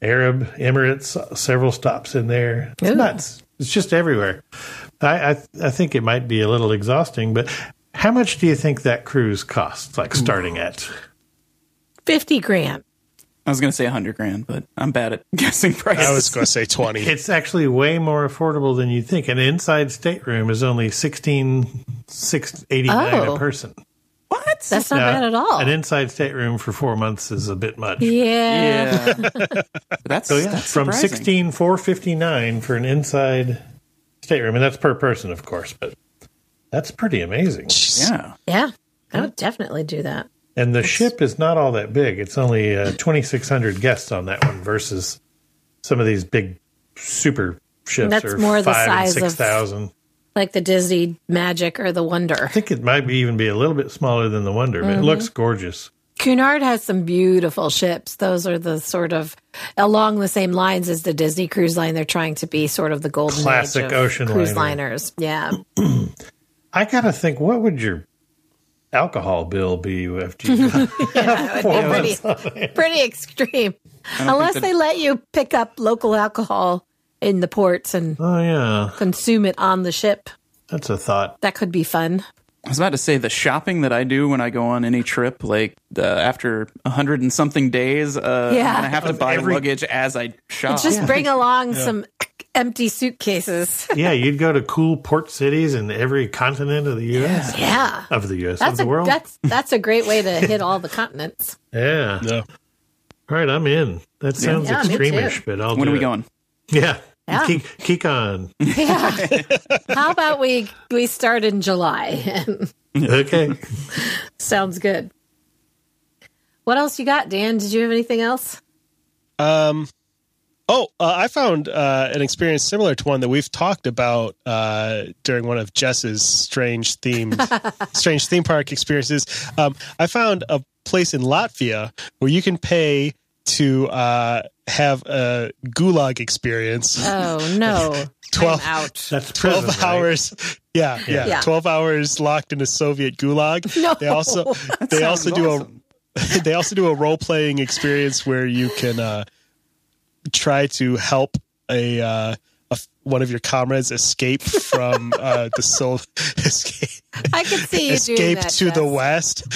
Speaker 4: Arab Emirates, several stops in there. It's
Speaker 6: Ooh.
Speaker 4: nuts. It's just everywhere. I, I I think it might be a little exhausting, but how much do you think that cruise costs? Like starting at
Speaker 6: Fifty grand.
Speaker 5: I was going to say 100 grand, but I'm bad at guessing prices.
Speaker 3: I was going to say twenty.
Speaker 4: it's actually way more affordable than you think. An inside stateroom is only sixteen six eighty nine
Speaker 6: Oh.
Speaker 4: a person.
Speaker 5: what?
Speaker 6: That's not
Speaker 4: Yeah,
Speaker 6: bad at all.
Speaker 4: An inside stateroom for four months is a bit much.
Speaker 6: yeah.
Speaker 5: yeah. that's,
Speaker 4: So yeah,
Speaker 5: that's
Speaker 4: from
Speaker 5: surprising.
Speaker 4: sixteen four fifty nine for an inside stateroom, and that's per person, of course. But that's pretty amazing.
Speaker 5: Yeah.
Speaker 6: Yeah, I would definitely do that.
Speaker 4: And the ship is not all that big; it's only uh, twenty six hundred guests on that one versus some of these big super ships.
Speaker 6: That's
Speaker 4: are
Speaker 6: more the
Speaker 4: five and
Speaker 6: size of-
Speaker 4: six thousand.
Speaker 6: Like the Disney Magic or the Wonder.
Speaker 4: I think it might be even be a little bit smaller than the Wonder, but
Speaker 6: Mm-hmm.
Speaker 4: it looks gorgeous.
Speaker 6: Cunard has some beautiful ships. Those are the sort of along the same lines as the Disney Cruise Line. They're trying to be sort of the golden age
Speaker 4: Classic
Speaker 6: of
Speaker 4: ocean
Speaker 6: cruise
Speaker 4: liner.
Speaker 6: liners. Yeah,
Speaker 4: I gotta think, what would your alcohol bill be after you got
Speaker 6: That would be pretty, pretty extreme. Unless
Speaker 5: that-
Speaker 6: they let you pick up local alcohol in the ports and
Speaker 4: Oh yeah,
Speaker 6: consume it on the ship,
Speaker 4: that's a thought.
Speaker 6: that could be fun.
Speaker 5: I was about to say the shopping that I do when I go on any trip, like uh, after a hundred and something days, uh,
Speaker 6: Yeah.
Speaker 5: I'm gonna have to buy
Speaker 4: every-
Speaker 5: luggage as I shop.
Speaker 6: Just bring along some empty suitcases.
Speaker 4: Yeah, you'd go to cool port cities in every continent of the U.S.
Speaker 6: Yeah.
Speaker 4: Of the U.S.
Speaker 6: That's
Speaker 4: of the
Speaker 6: a
Speaker 4: world.
Speaker 6: that's that's a great way to hit all the continents.
Speaker 4: yeah.
Speaker 3: No.
Speaker 4: All right, I'm in. That sounds
Speaker 6: Yeah, me too.
Speaker 4: extremish, but I'll.
Speaker 5: when
Speaker 4: do
Speaker 5: are we
Speaker 4: it.
Speaker 5: going?
Speaker 4: Yeah.
Speaker 6: Yeah.
Speaker 4: Keek, keek on.
Speaker 6: Yeah. How about we we start in July?
Speaker 4: Okay.
Speaker 6: Sounds good. What else you got, Dan? Did you have anything else?
Speaker 3: Um, Oh, uh, I found uh, an experience similar to one that we've talked about uh, during one of Jess's strange themed, strange theme park experiences. Um, I found a place in Latvia where you can pay to uh, have a gulag experience.
Speaker 6: Oh no.
Speaker 3: Twelve-
Speaker 6: I'm out.
Speaker 4: That's prison,
Speaker 3: 12
Speaker 4: right?
Speaker 3: hours yeah, yeah
Speaker 6: Yeah.
Speaker 3: 12 hours locked in a soviet gulag
Speaker 6: No.
Speaker 3: they also they also do a they also do a role playing experience where you can uh try to help a uh a, one of your comrades escape from uh the soul escape,
Speaker 6: I could see you doing
Speaker 3: escape
Speaker 6: that.
Speaker 3: to the
Speaker 6: Jess.
Speaker 3: west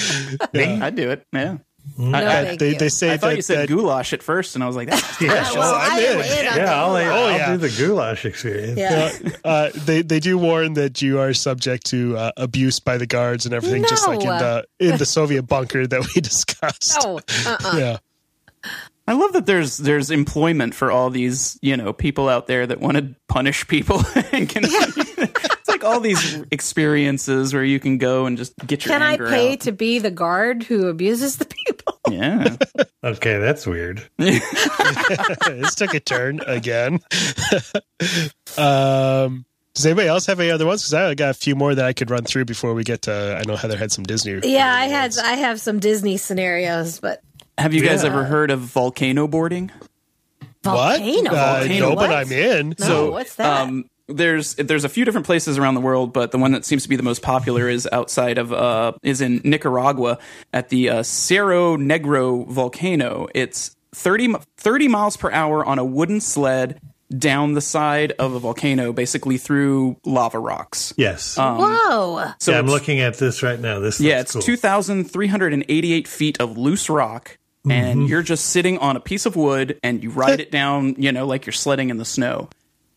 Speaker 5: a. I'd do it. Yeah.
Speaker 6: No,
Speaker 5: I-
Speaker 6: thank
Speaker 3: they,
Speaker 6: you.
Speaker 3: they say
Speaker 5: I thought
Speaker 3: that,
Speaker 5: you said
Speaker 3: that-
Speaker 5: goulash at first, and I was like, that's
Speaker 4: Yeah,
Speaker 6: Oh, well,
Speaker 3: I'm
Speaker 6: I am
Speaker 3: in.
Speaker 6: in. on
Speaker 4: yeah, I'll,
Speaker 6: Google.
Speaker 4: I'll
Speaker 3: Oh, yeah.
Speaker 4: do the goulash experience.
Speaker 6: Yeah.
Speaker 3: uh, they they do warn that you are subject to uh, abuse by the guards and everything, just like in
Speaker 6: No.
Speaker 3: the in the Soviet bunker that we discussed.
Speaker 6: No, uh-uh.
Speaker 3: Yeah,
Speaker 5: I love that there's there's employment for all these you know people out there that want to punish people and can. it's like all these experiences where you can go and just get your
Speaker 6: Can I
Speaker 5: anger
Speaker 6: pay
Speaker 5: out.
Speaker 6: to be the guard who abuses the people?
Speaker 5: yeah,
Speaker 4: Okay, that's weird.
Speaker 3: this took a turn again. um, does anybody else have any other ones? Because I got a few more that I could run through before we get to. I know Heather had some Disney.
Speaker 6: Yeah, I had I have some Disney scenarios, but
Speaker 5: have you guys ever heard of volcano boarding?
Speaker 3: What?
Speaker 6: volcano.
Speaker 3: Uh, no,
Speaker 6: What?
Speaker 3: but I'm in.
Speaker 6: No,
Speaker 5: So,
Speaker 6: what's that?
Speaker 5: Um, there's there's a few different places around the world, but the one that seems to be the most popular is outside of uh, is in Nicaragua at the uh, Cerro Negro volcano. It's 30, mi- 30 miles per hour on a wooden sled down the side of a volcano, basically through lava rocks.
Speaker 4: Yes.
Speaker 6: Whoa!
Speaker 5: So
Speaker 4: yeah, I'm
Speaker 5: it's-
Speaker 4: looking at this right now. This
Speaker 5: Oh. yeah,
Speaker 4: looks
Speaker 5: it's
Speaker 4: cool.
Speaker 5: 2,388 feet of loose rock,
Speaker 6: Mm-hmm.
Speaker 5: and you're just sitting on a piece of wood and you ride it down, you know, like you're sledding in the snow.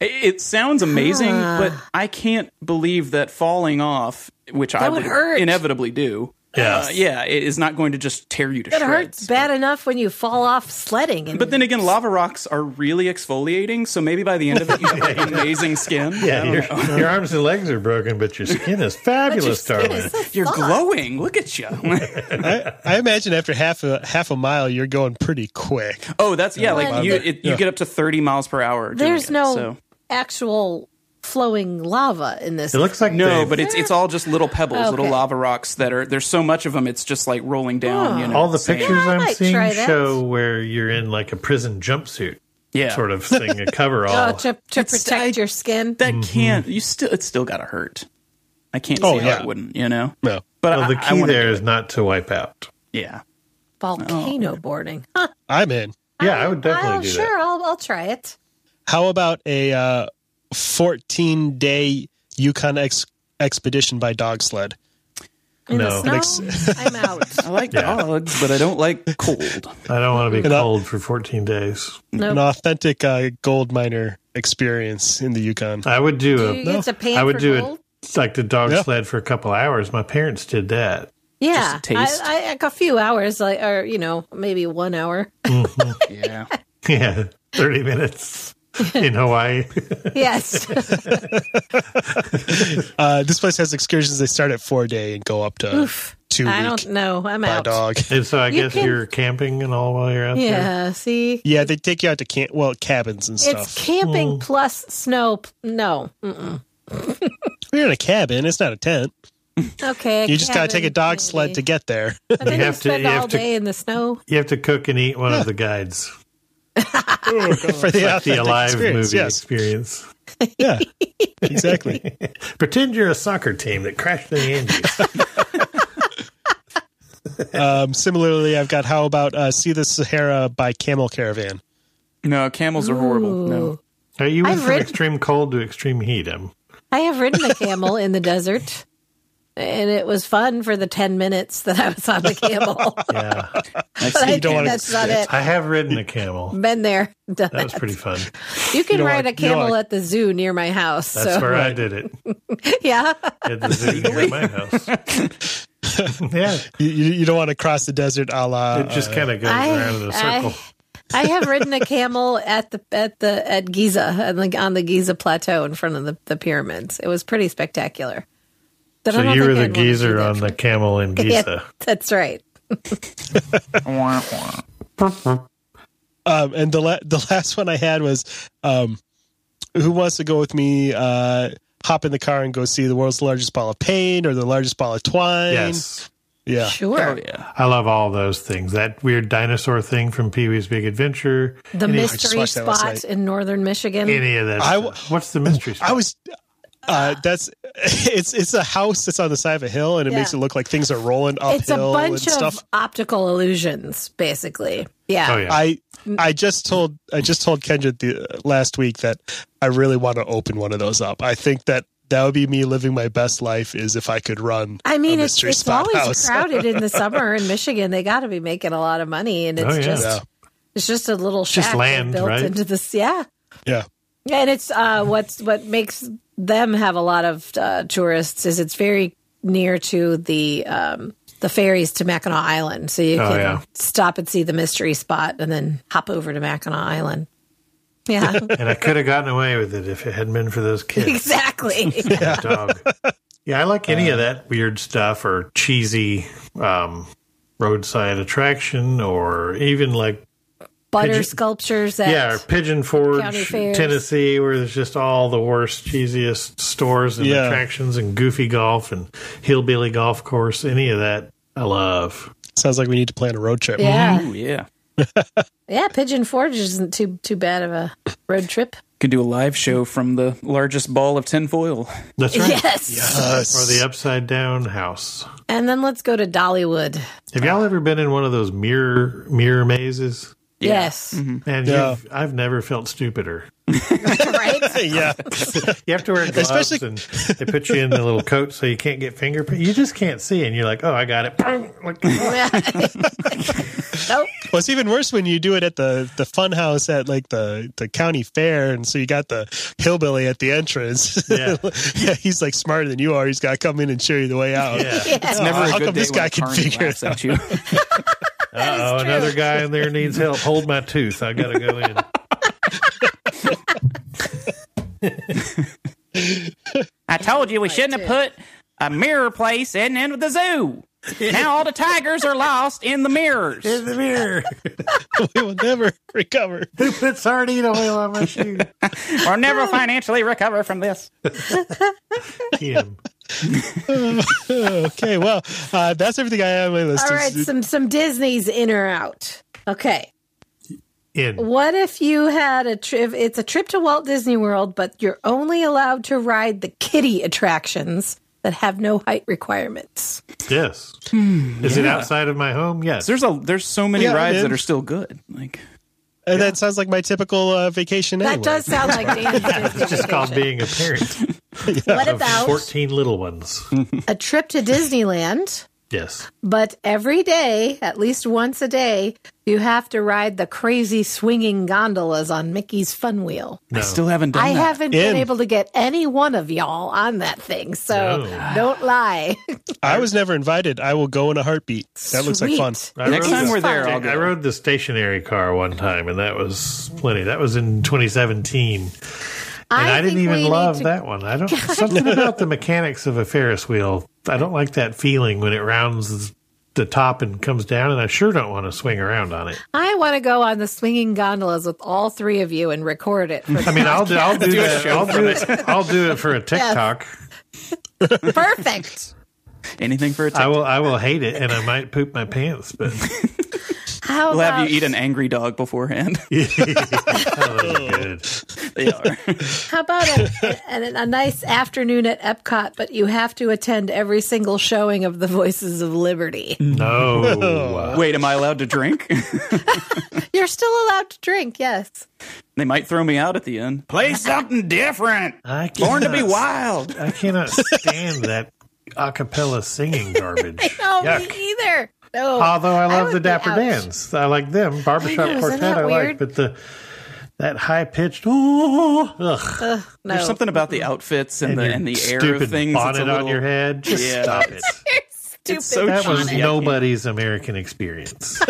Speaker 5: I- It sounds amazing, but I can't believe that falling off, which I
Speaker 6: would
Speaker 5: would,
Speaker 6: hurt.
Speaker 5: inevitably do,
Speaker 4: Yeah.
Speaker 5: uh, yeah, it is not going to just tear you to
Speaker 6: It
Speaker 5: shreds.
Speaker 6: hurts bad enough when you fall off sledding. And
Speaker 5: But then again, lava rocks are really exfoliating, so maybe by the end of it, you have like, amazing skin. Um, I
Speaker 4: yeah,
Speaker 5: don't
Speaker 4: your,
Speaker 5: know.
Speaker 4: your arms and legs are broken, but your skin is fabulous, darling.
Speaker 5: you're glowing. Look at you.
Speaker 3: I imagine after half a half a mile, you're going pretty quick.
Speaker 5: oh, that's yeah. Like you,
Speaker 3: that.
Speaker 5: it, you get up to 30 miles per hour. doing
Speaker 6: there's
Speaker 5: it,
Speaker 6: no
Speaker 5: so.
Speaker 6: actual flowing lava in this.
Speaker 4: It looks like
Speaker 5: No,
Speaker 4: they've-
Speaker 5: but it's it's all just little pebbles, little
Speaker 6: Okay.
Speaker 5: lava rocks that are. There's so much of them. It's just like rolling down. You know,
Speaker 4: all the
Speaker 5: sand.
Speaker 4: pictures
Speaker 6: Yeah, I
Speaker 4: I'm
Speaker 6: might
Speaker 4: seeing
Speaker 6: try that.
Speaker 4: show where you're in like a prison jumpsuit
Speaker 5: Yeah,
Speaker 4: sort of thing, a
Speaker 6: oh,
Speaker 4: coverall.
Speaker 6: to, to
Speaker 5: It's-
Speaker 6: protect
Speaker 5: I- oh.
Speaker 6: your skin.
Speaker 5: That
Speaker 4: Mm-hmm.
Speaker 5: can't. You still. It's still got to hurt. I can't.
Speaker 3: Oh,
Speaker 5: see
Speaker 3: yeah.
Speaker 5: how it wouldn't. You know.
Speaker 3: No.
Speaker 5: But
Speaker 4: well, the
Speaker 5: I- I
Speaker 4: key
Speaker 5: wanna
Speaker 4: there
Speaker 5: do
Speaker 4: is
Speaker 5: it.
Speaker 4: not to wipe out.
Speaker 5: yeah.
Speaker 6: Volcano boarding.
Speaker 3: I'm in.
Speaker 4: Yeah, I would definitely
Speaker 6: I'll,
Speaker 4: do
Speaker 6: sure,
Speaker 4: that.
Speaker 6: I'll I'll try it.
Speaker 3: How about a uh, 14 day Yukon ex- expedition by dog sled?
Speaker 6: In
Speaker 4: No.
Speaker 6: the snow, I'm out.
Speaker 5: I like dogs, but I don't like cold.
Speaker 4: I don't want to be
Speaker 3: And I-
Speaker 4: cold for 14 days.
Speaker 3: An authentic uh, gold miner experience in the Yukon.
Speaker 4: I would do,
Speaker 6: Do
Speaker 4: a.
Speaker 6: you get to pan
Speaker 4: I would
Speaker 6: for
Speaker 4: do
Speaker 6: gold?
Speaker 4: it it's like the dog
Speaker 3: Yeah.
Speaker 4: sled for a couple hours. My parents did that.
Speaker 6: Yeah,
Speaker 5: a taste.
Speaker 6: I, I, like a few hours, like, or you know, maybe one hour.
Speaker 5: Yeah.
Speaker 4: Yeah, 30 minutes in Hawaii.
Speaker 6: yes,
Speaker 3: Uh, this place has excursions. They start at four day and go up to two
Speaker 6: I
Speaker 3: week
Speaker 6: don't know. I'm
Speaker 3: by
Speaker 6: out.
Speaker 3: dog.
Speaker 4: And so I
Speaker 6: You
Speaker 4: guess
Speaker 6: can-
Speaker 4: you're camping and all while you're out there.
Speaker 6: Yeah, see,
Speaker 3: Yeah, they take you out to camp. Well, cabins and stuff.
Speaker 6: it's camping plus snow. p- No, Mm,
Speaker 3: We're in a cabin. It's not a tent.
Speaker 6: okay.
Speaker 3: You just gotta take a dog sled to
Speaker 6: together.
Speaker 3: get there.
Speaker 6: But then
Speaker 4: You
Speaker 6: you,
Speaker 4: have to-
Speaker 6: spend
Speaker 4: you
Speaker 6: all
Speaker 4: have to-
Speaker 6: day in the snow.
Speaker 4: You have to cook and eat one of the guides.
Speaker 3: for the,
Speaker 4: The
Speaker 3: authentic
Speaker 4: alive
Speaker 3: experience.
Speaker 4: movie
Speaker 3: Yes.
Speaker 4: experience.
Speaker 3: Yeah. exactly.
Speaker 4: Pretend you're a soccer team that crashed in the Andes.
Speaker 3: Um, similarly, I've got how about uh, see the Sahara by Camel Caravan.
Speaker 5: No, camels are horrible. No.
Speaker 4: Are you went
Speaker 6: I've
Speaker 4: from
Speaker 6: ridden-
Speaker 4: extreme cold to extreme heat? Um,
Speaker 6: I have ridden a camel in the desert, and it was fun for the ten minutes that I was on the camel.
Speaker 4: yeah.
Speaker 5: I've
Speaker 6: but
Speaker 5: seen
Speaker 6: I
Speaker 3: don't
Speaker 6: think
Speaker 3: wanna-
Speaker 6: that's not it.
Speaker 4: I have ridden a camel.
Speaker 6: Been there, done
Speaker 4: That was
Speaker 6: that.
Speaker 4: pretty fun.
Speaker 6: You can
Speaker 3: don't
Speaker 6: ride
Speaker 3: like-
Speaker 6: a
Speaker 3: you don't
Speaker 6: camel
Speaker 3: like-
Speaker 6: at the zoo near my house.
Speaker 4: That's
Speaker 6: so
Speaker 4: where I did it
Speaker 6: yeah,
Speaker 4: at the zoo near my house. yeah,
Speaker 3: You, you, you don't want to cross the desert a la.
Speaker 4: it just kind of goes
Speaker 6: I-
Speaker 4: around in a circle.
Speaker 6: I have ridden a camel at the at the at Giza and like on the Giza plateau in front of the, the pyramids. It was pretty spectacular. But I
Speaker 4: so
Speaker 6: don't
Speaker 4: you
Speaker 6: think
Speaker 4: were the
Speaker 6: I'd wanna do
Speaker 4: geezer
Speaker 6: that
Speaker 4: on
Speaker 6: for-
Speaker 4: the camel in Giza.
Speaker 6: Yeah, that's right.
Speaker 5: Wah, wah.
Speaker 3: Um, and the la- the last one I had was, um, who wants to go with me? Uh, hop in the car and go see the world's largest ball of pain or the largest ball of twine.
Speaker 4: Yes.
Speaker 3: Yeah.
Speaker 6: Sure.
Speaker 5: Oh, yeah.
Speaker 4: I love all those things. That weird dinosaur thing from Pee Wee's Big Adventure.
Speaker 6: The
Speaker 4: any,
Speaker 3: just
Speaker 6: mystery
Speaker 3: watched that last
Speaker 6: spot
Speaker 3: night.
Speaker 6: in northern Michigan.
Speaker 4: any of that.
Speaker 3: I
Speaker 4: stuff. What's the mystery?
Speaker 3: I
Speaker 4: spot?
Speaker 3: was. Uh, that's it's it's a house that's on the side of a hill and it
Speaker 6: Yeah.
Speaker 3: makes it look like things are rolling uphill
Speaker 6: it's a
Speaker 3: and
Speaker 6: bunch of
Speaker 3: stuff.
Speaker 6: optical illusions, basically. Yeah.
Speaker 4: Oh yeah.
Speaker 3: I
Speaker 6: Mm.
Speaker 3: I just told I just told Kendra the, last week that I really want to open one of those up. I think that that would be me living my best life is if I could run.
Speaker 6: I mean,
Speaker 3: a
Speaker 6: it's
Speaker 3: mystery
Speaker 6: it's
Speaker 3: spot
Speaker 6: always
Speaker 3: house.
Speaker 6: crowded in the summer in Michigan. They got to be making a lot of money, and it's
Speaker 4: Oh, yeah.
Speaker 6: just
Speaker 3: Yeah.
Speaker 6: it's just a little shack
Speaker 4: Just
Speaker 6: they
Speaker 4: land,
Speaker 6: built
Speaker 4: right?
Speaker 6: into this. Yeah,
Speaker 3: Yeah,
Speaker 6: yeah, and it's uh, what's what makes them have a lot of uh, tourists is it's very near to the um, the ferries to Mackinac Island, so you
Speaker 4: Oh,
Speaker 6: can
Speaker 4: yeah.
Speaker 6: stop and see the mystery spot, and then hop over to Mackinac Island. Yeah,
Speaker 4: and I could have gotten away with it if it hadn't been for those kids.
Speaker 6: exactly.
Speaker 4: Yeah. Dog. Yeah, I like any of that weird stuff or cheesy um, roadside attraction or even like
Speaker 6: Butter
Speaker 4: Pigeon-
Speaker 6: sculptures at
Speaker 4: yeah, or Pigeon Forge,
Speaker 6: fairs.
Speaker 4: Tennessee, where there's just all the worst, cheesiest stores and
Speaker 3: Yeah.
Speaker 4: attractions and goofy golf and hillbilly golf course. Any of that, I love.
Speaker 3: sounds like we need to plan a road trip.
Speaker 6: yeah,
Speaker 5: Ooh, yeah.
Speaker 6: yeah. Pigeon Forge isn't too too bad of a road trip.
Speaker 5: Could do a live show from the largest ball of tinfoil.
Speaker 4: That's right.
Speaker 6: Yes.
Speaker 4: Or the upside down house.
Speaker 6: And then let's go to Dollywood.
Speaker 4: Have y'all ever been in one of those mirror mirror mazes?
Speaker 6: Yes.
Speaker 4: Man,
Speaker 3: Yeah.
Speaker 4: you've, I've never felt stupider.
Speaker 6: right?
Speaker 3: yeah,
Speaker 4: You have to wear gloves,
Speaker 3: Especially-
Speaker 4: and they put you in the little coat so you can't get fingerprint. You just can't see, and you're like, "Oh, I got it." Like,
Speaker 6: nope.
Speaker 3: What's even worse when you do it at the the fun house at like the the county fair, and so you got the hillbilly at the entrance.
Speaker 4: Yeah.
Speaker 3: Yeah, he's like smarter than you are. He's got to come in and show you the way out.
Speaker 4: yeah.
Speaker 5: It's never a
Speaker 3: how
Speaker 5: good
Speaker 3: come
Speaker 5: day
Speaker 3: this
Speaker 5: when
Speaker 3: guy
Speaker 5: a
Speaker 3: can
Speaker 5: carny
Speaker 3: figure it
Speaker 5: laughs at you.
Speaker 4: Uh-oh, another guy in there needs help. Hold my tooth. I gotta go in.
Speaker 5: I told you we shouldn't have put a mirror place in, in the zoo. Now all the tigers are lost in the mirrors.
Speaker 4: In the mirror.
Speaker 3: we will never recover.
Speaker 4: Who put sardine oil on my shoe?
Speaker 5: We'll never financially recover from this.
Speaker 4: Tim.
Speaker 3: okay, well, uh, that's everything I have on my list.
Speaker 6: All right,
Speaker 3: It's-
Speaker 6: some some Disney's in or out. Okay.
Speaker 4: In.
Speaker 6: What if you had a trip it's a trip to Walt Disney World, but you're only allowed to ride the kiddie attractions that have no height requirements.
Speaker 4: Yes.
Speaker 5: Hmm,
Speaker 4: Is it outside of my home? Yes.
Speaker 5: There's a there's so many
Speaker 3: Yeah,
Speaker 5: rides
Speaker 3: man.
Speaker 5: that are still good. Like
Speaker 3: And that sounds like my typical uh, vacation.
Speaker 6: That
Speaker 3: anyway.
Speaker 6: does sound like Dan's Disney
Speaker 4: it's called
Speaker 6: vacation.
Speaker 4: being a parent
Speaker 6: What
Speaker 4: of
Speaker 6: about
Speaker 4: 14 little ones.
Speaker 6: a trip to Disneyland,
Speaker 4: Yes.
Speaker 6: but every day, at least once a day, you have to ride the crazy swinging gondolas on Mickey's Fun Wheel.
Speaker 5: I still haven't done
Speaker 6: I
Speaker 5: that.
Speaker 6: haven't
Speaker 3: In.
Speaker 6: been able to get any one of y'all on that thing, so
Speaker 4: No.
Speaker 6: don't lie.
Speaker 3: I was never invited. I will go in a heartbeat. That looks like fun.
Speaker 6: Sweet.
Speaker 4: I
Speaker 5: Next
Speaker 4: rode
Speaker 5: time
Speaker 4: the-
Speaker 5: we're there,
Speaker 6: fun.
Speaker 5: I'll
Speaker 4: I
Speaker 5: go.
Speaker 4: rode the stationary car one time, and that was plenty. That was in 2017. And I, didn't
Speaker 6: think we
Speaker 4: even
Speaker 6: need
Speaker 4: love
Speaker 6: to-
Speaker 4: that one. I don't something about the mechanics of a Ferris wheel. I don't like that feeling when it rounds the top and comes down, and I sure don't want to swing around on it.
Speaker 6: I want to go on the swinging gondolas with all three of you and record it. For
Speaker 4: I mean, I'll do, I'll do,
Speaker 5: a
Speaker 4: that.
Speaker 5: show
Speaker 4: I'll do it. I'll do it for a TikTok.
Speaker 6: perfect.
Speaker 5: Anything for a
Speaker 4: I
Speaker 5: time.
Speaker 4: will. I will hate it, and I might poop my pants. But
Speaker 6: How
Speaker 5: We'll have
Speaker 6: about
Speaker 5: you eat an angry dog beforehand.
Speaker 4: oh, good.
Speaker 5: they are.
Speaker 6: how about a, a, a nice afternoon at Epcot, but you have to attend every single showing of the Voices of Liberty.
Speaker 4: No,
Speaker 5: Wait, am I allowed to drink?
Speaker 6: You're still allowed to drink, yes.
Speaker 5: they might throw me out at the end. Play something different.
Speaker 4: I
Speaker 5: Born to be
Speaker 4: cannot-
Speaker 5: wild.
Speaker 4: I cannot stand that a cappella singing garbage.
Speaker 6: No,
Speaker 4: Yuck.
Speaker 6: me either. No.
Speaker 4: Although I love
Speaker 6: would
Speaker 4: the
Speaker 6: be
Speaker 4: Dapper
Speaker 6: out.
Speaker 4: Dans. I like them. Barbershop
Speaker 6: I know, isn't
Speaker 4: Quartet
Speaker 6: that
Speaker 4: I like,
Speaker 6: weird?
Speaker 4: but the that high pitched oh ugh,
Speaker 6: No.
Speaker 5: There's something about the outfits and, the
Speaker 4: your
Speaker 5: and the air
Speaker 4: stupid
Speaker 5: of things. that's
Speaker 4: bonnet
Speaker 5: a
Speaker 4: on
Speaker 5: little-
Speaker 4: your head. Just
Speaker 5: Yeah.
Speaker 4: stop it.
Speaker 6: Stupid.
Speaker 5: so
Speaker 4: That was
Speaker 5: Bonnet.
Speaker 4: nobody's American experience.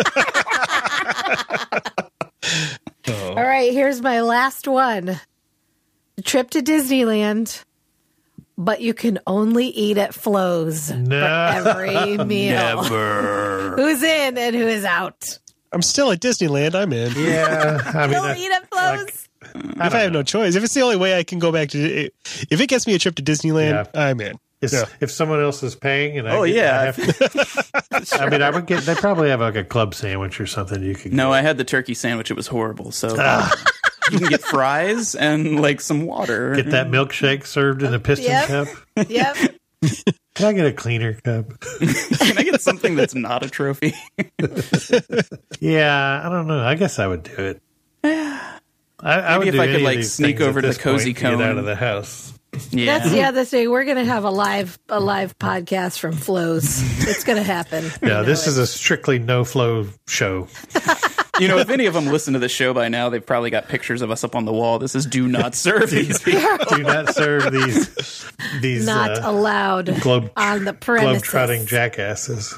Speaker 6: All right, here's my last one. Trip to Disneyland, but you can only eat at Flo's
Speaker 4: No.
Speaker 6: every meal.
Speaker 4: Never.
Speaker 6: Who's in and who is out?
Speaker 3: I'm still at Disneyland. I'm in.
Speaker 4: Yeah, I mean,
Speaker 6: Don't
Speaker 4: I-
Speaker 6: eat up clothes.
Speaker 4: I
Speaker 3: if I
Speaker 4: don't
Speaker 3: have
Speaker 4: know.
Speaker 3: no choice, if it's the only way I can go back to, if it gets me a trip to Disneyland,
Speaker 4: Yeah.
Speaker 3: I'm in.
Speaker 4: If,
Speaker 3: Yeah.
Speaker 4: if someone else is paying, and I
Speaker 5: Oh,
Speaker 4: get-
Speaker 5: yeah.
Speaker 4: I, have, I mean, I would get. They probably have like a club sandwich or something. You could
Speaker 5: No, I had the turkey sandwich. It was horrible. So um, you can get fries and like some water.
Speaker 4: get that milkshake served in a piston
Speaker 6: Yep.
Speaker 4: cup.
Speaker 6: Yep.
Speaker 4: Can I get a cleaner cup?
Speaker 5: Can I get something that's not a trophy?
Speaker 4: Yeah, I don't know. I guess I would do it. I, I would
Speaker 5: Maybe
Speaker 4: do
Speaker 5: if I could,
Speaker 4: any of
Speaker 5: like,
Speaker 4: these
Speaker 5: sneak
Speaker 4: things at
Speaker 5: over to the
Speaker 4: this point
Speaker 5: Cozy
Speaker 4: to get out
Speaker 5: Cone.
Speaker 4: of the house.
Speaker 5: yeah.
Speaker 6: That's yeah. That's thing. We're gonna have a live a live podcast from Flows. It's gonna happen.
Speaker 4: Yeah,
Speaker 6: You know
Speaker 4: this
Speaker 6: it.
Speaker 4: is a strictly no flow show.
Speaker 5: You know, if any of them listen to the show by now, they've probably got pictures of us up on the wall. This is do not serve these people.
Speaker 4: Do not serve these these
Speaker 6: not
Speaker 4: uh,
Speaker 6: allowed
Speaker 4: globe
Speaker 6: on the
Speaker 4: globe
Speaker 6: premises.
Speaker 4: trotting jackasses.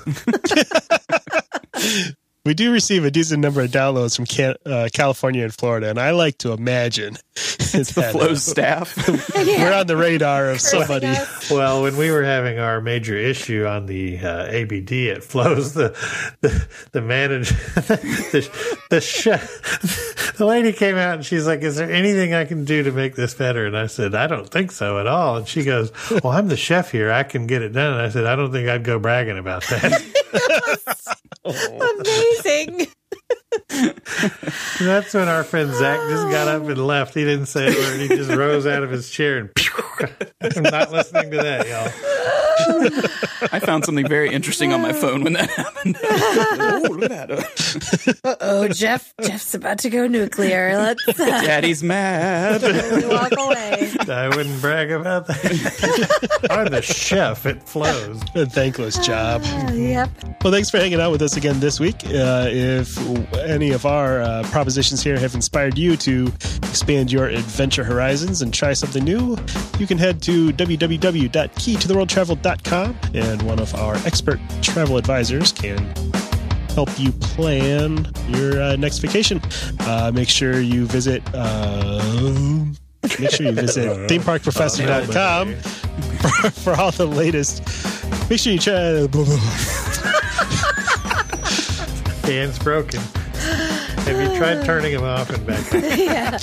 Speaker 3: We do receive a decent number of downloads from Can- uh, California and Florida, and I like to imagine it's the
Speaker 5: Flow staff.
Speaker 3: We're on the radar of
Speaker 6: Cursing
Speaker 3: somebody.
Speaker 6: us.
Speaker 4: Well, when we were having our major issue on the uh, ABD at Flows, the the, the manager, the the, chef, the lady came out and she's like, "Is there anything I can do to make this better?" And I said, "I don't think so at all." And she goes, "Well, I'm the chef here; I can get it done." And I said, "I don't think I'd go bragging about that."
Speaker 6: Amazing.
Speaker 4: And that's when our friend Zach just got up and left. He didn't say a word. He just rose out of his chair and. I'm not listening to that, y'all.
Speaker 5: I found something very interesting on my phone when that happened. oh, look at that.
Speaker 6: Oh, Jeff. Jeff's about to go nuclear. Let's uh,
Speaker 5: Daddy's mad.
Speaker 6: we walk away.
Speaker 4: I wouldn't brag about that. I'm the chef. It flows.
Speaker 3: A thankless job.
Speaker 6: Yep.
Speaker 3: Well, thanks for hanging out with us again this week. Uh, if any of our uh, propositions here have inspired you to expand your adventure horizons and try something new, you can head to www.keytotheworldtravel.com and one of our expert travel advisors can help you plan your uh, next vacation. Uh, make sure you visit. Uh, Make sure you visit themeparkprofessor.com for, for all the latest. Make sure you try.
Speaker 4: Dan's broken. Have you tried turning him off and back? up?
Speaker 6: Yeah.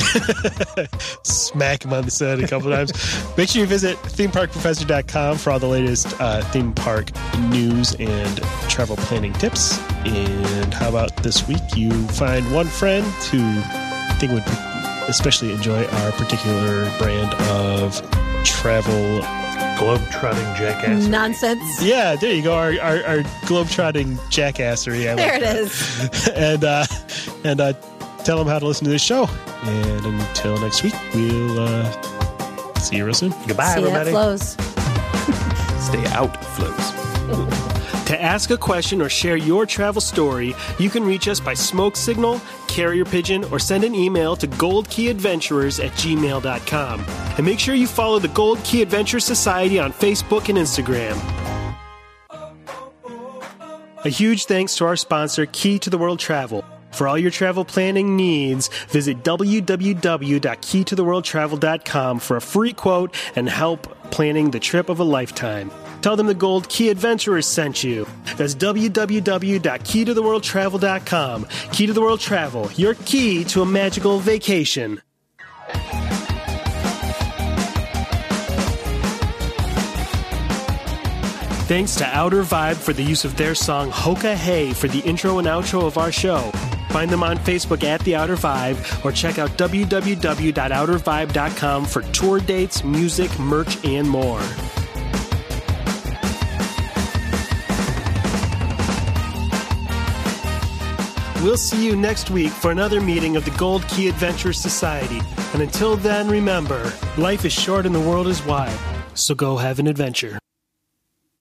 Speaker 3: smack him on the head a couple times. Make sure you visit themeparkprofessor.com for all the latest uh, theme park news and travel planning tips. And how about this week? You find one friend who I think would especially enjoy our particular brand of travel.
Speaker 4: Globe-trotting jackass.
Speaker 6: Nonsense.
Speaker 3: Yeah, there you go. Our, our, our globetrotting jackassery. I like
Speaker 6: There it is.
Speaker 3: and uh, and uh, tell them how to listen to this show. And until next week, we'll uh, see you real soon.
Speaker 4: Goodbye,
Speaker 6: See ya.
Speaker 4: everybody.
Speaker 6: Flows.
Speaker 5: Stay out, flows.
Speaker 1: To ask a question or share your travel story, you can reach us by smoke signal, carrier pigeon, or send an email to goldkeyadventurers at gmail.com. And make sure you follow the Gold Key Adventure Society on Facebook and Instagram. A huge thanks to our sponsor, Key to the World Travel. For all your travel planning needs, visit www.keytotheworldtravel.com for a free quote and help planning the trip of a lifetime. Tell them the Gold Key Adventurers sent you. That's www.keytotheworldtravel.com. Key to the World Travel, your key to a magical vacation. Thanks to Outer Vibe for the use of their song Hoka Hey for the intro and outro of our show. Find them on Facebook at The Outer Vibe or check out www.outervibe.com for tour dates, music, merch, and more. We'll see you next week for another meeting of the Gold Key Adventure Society. And until then, remember life is short and the world is wide, so go have an adventure.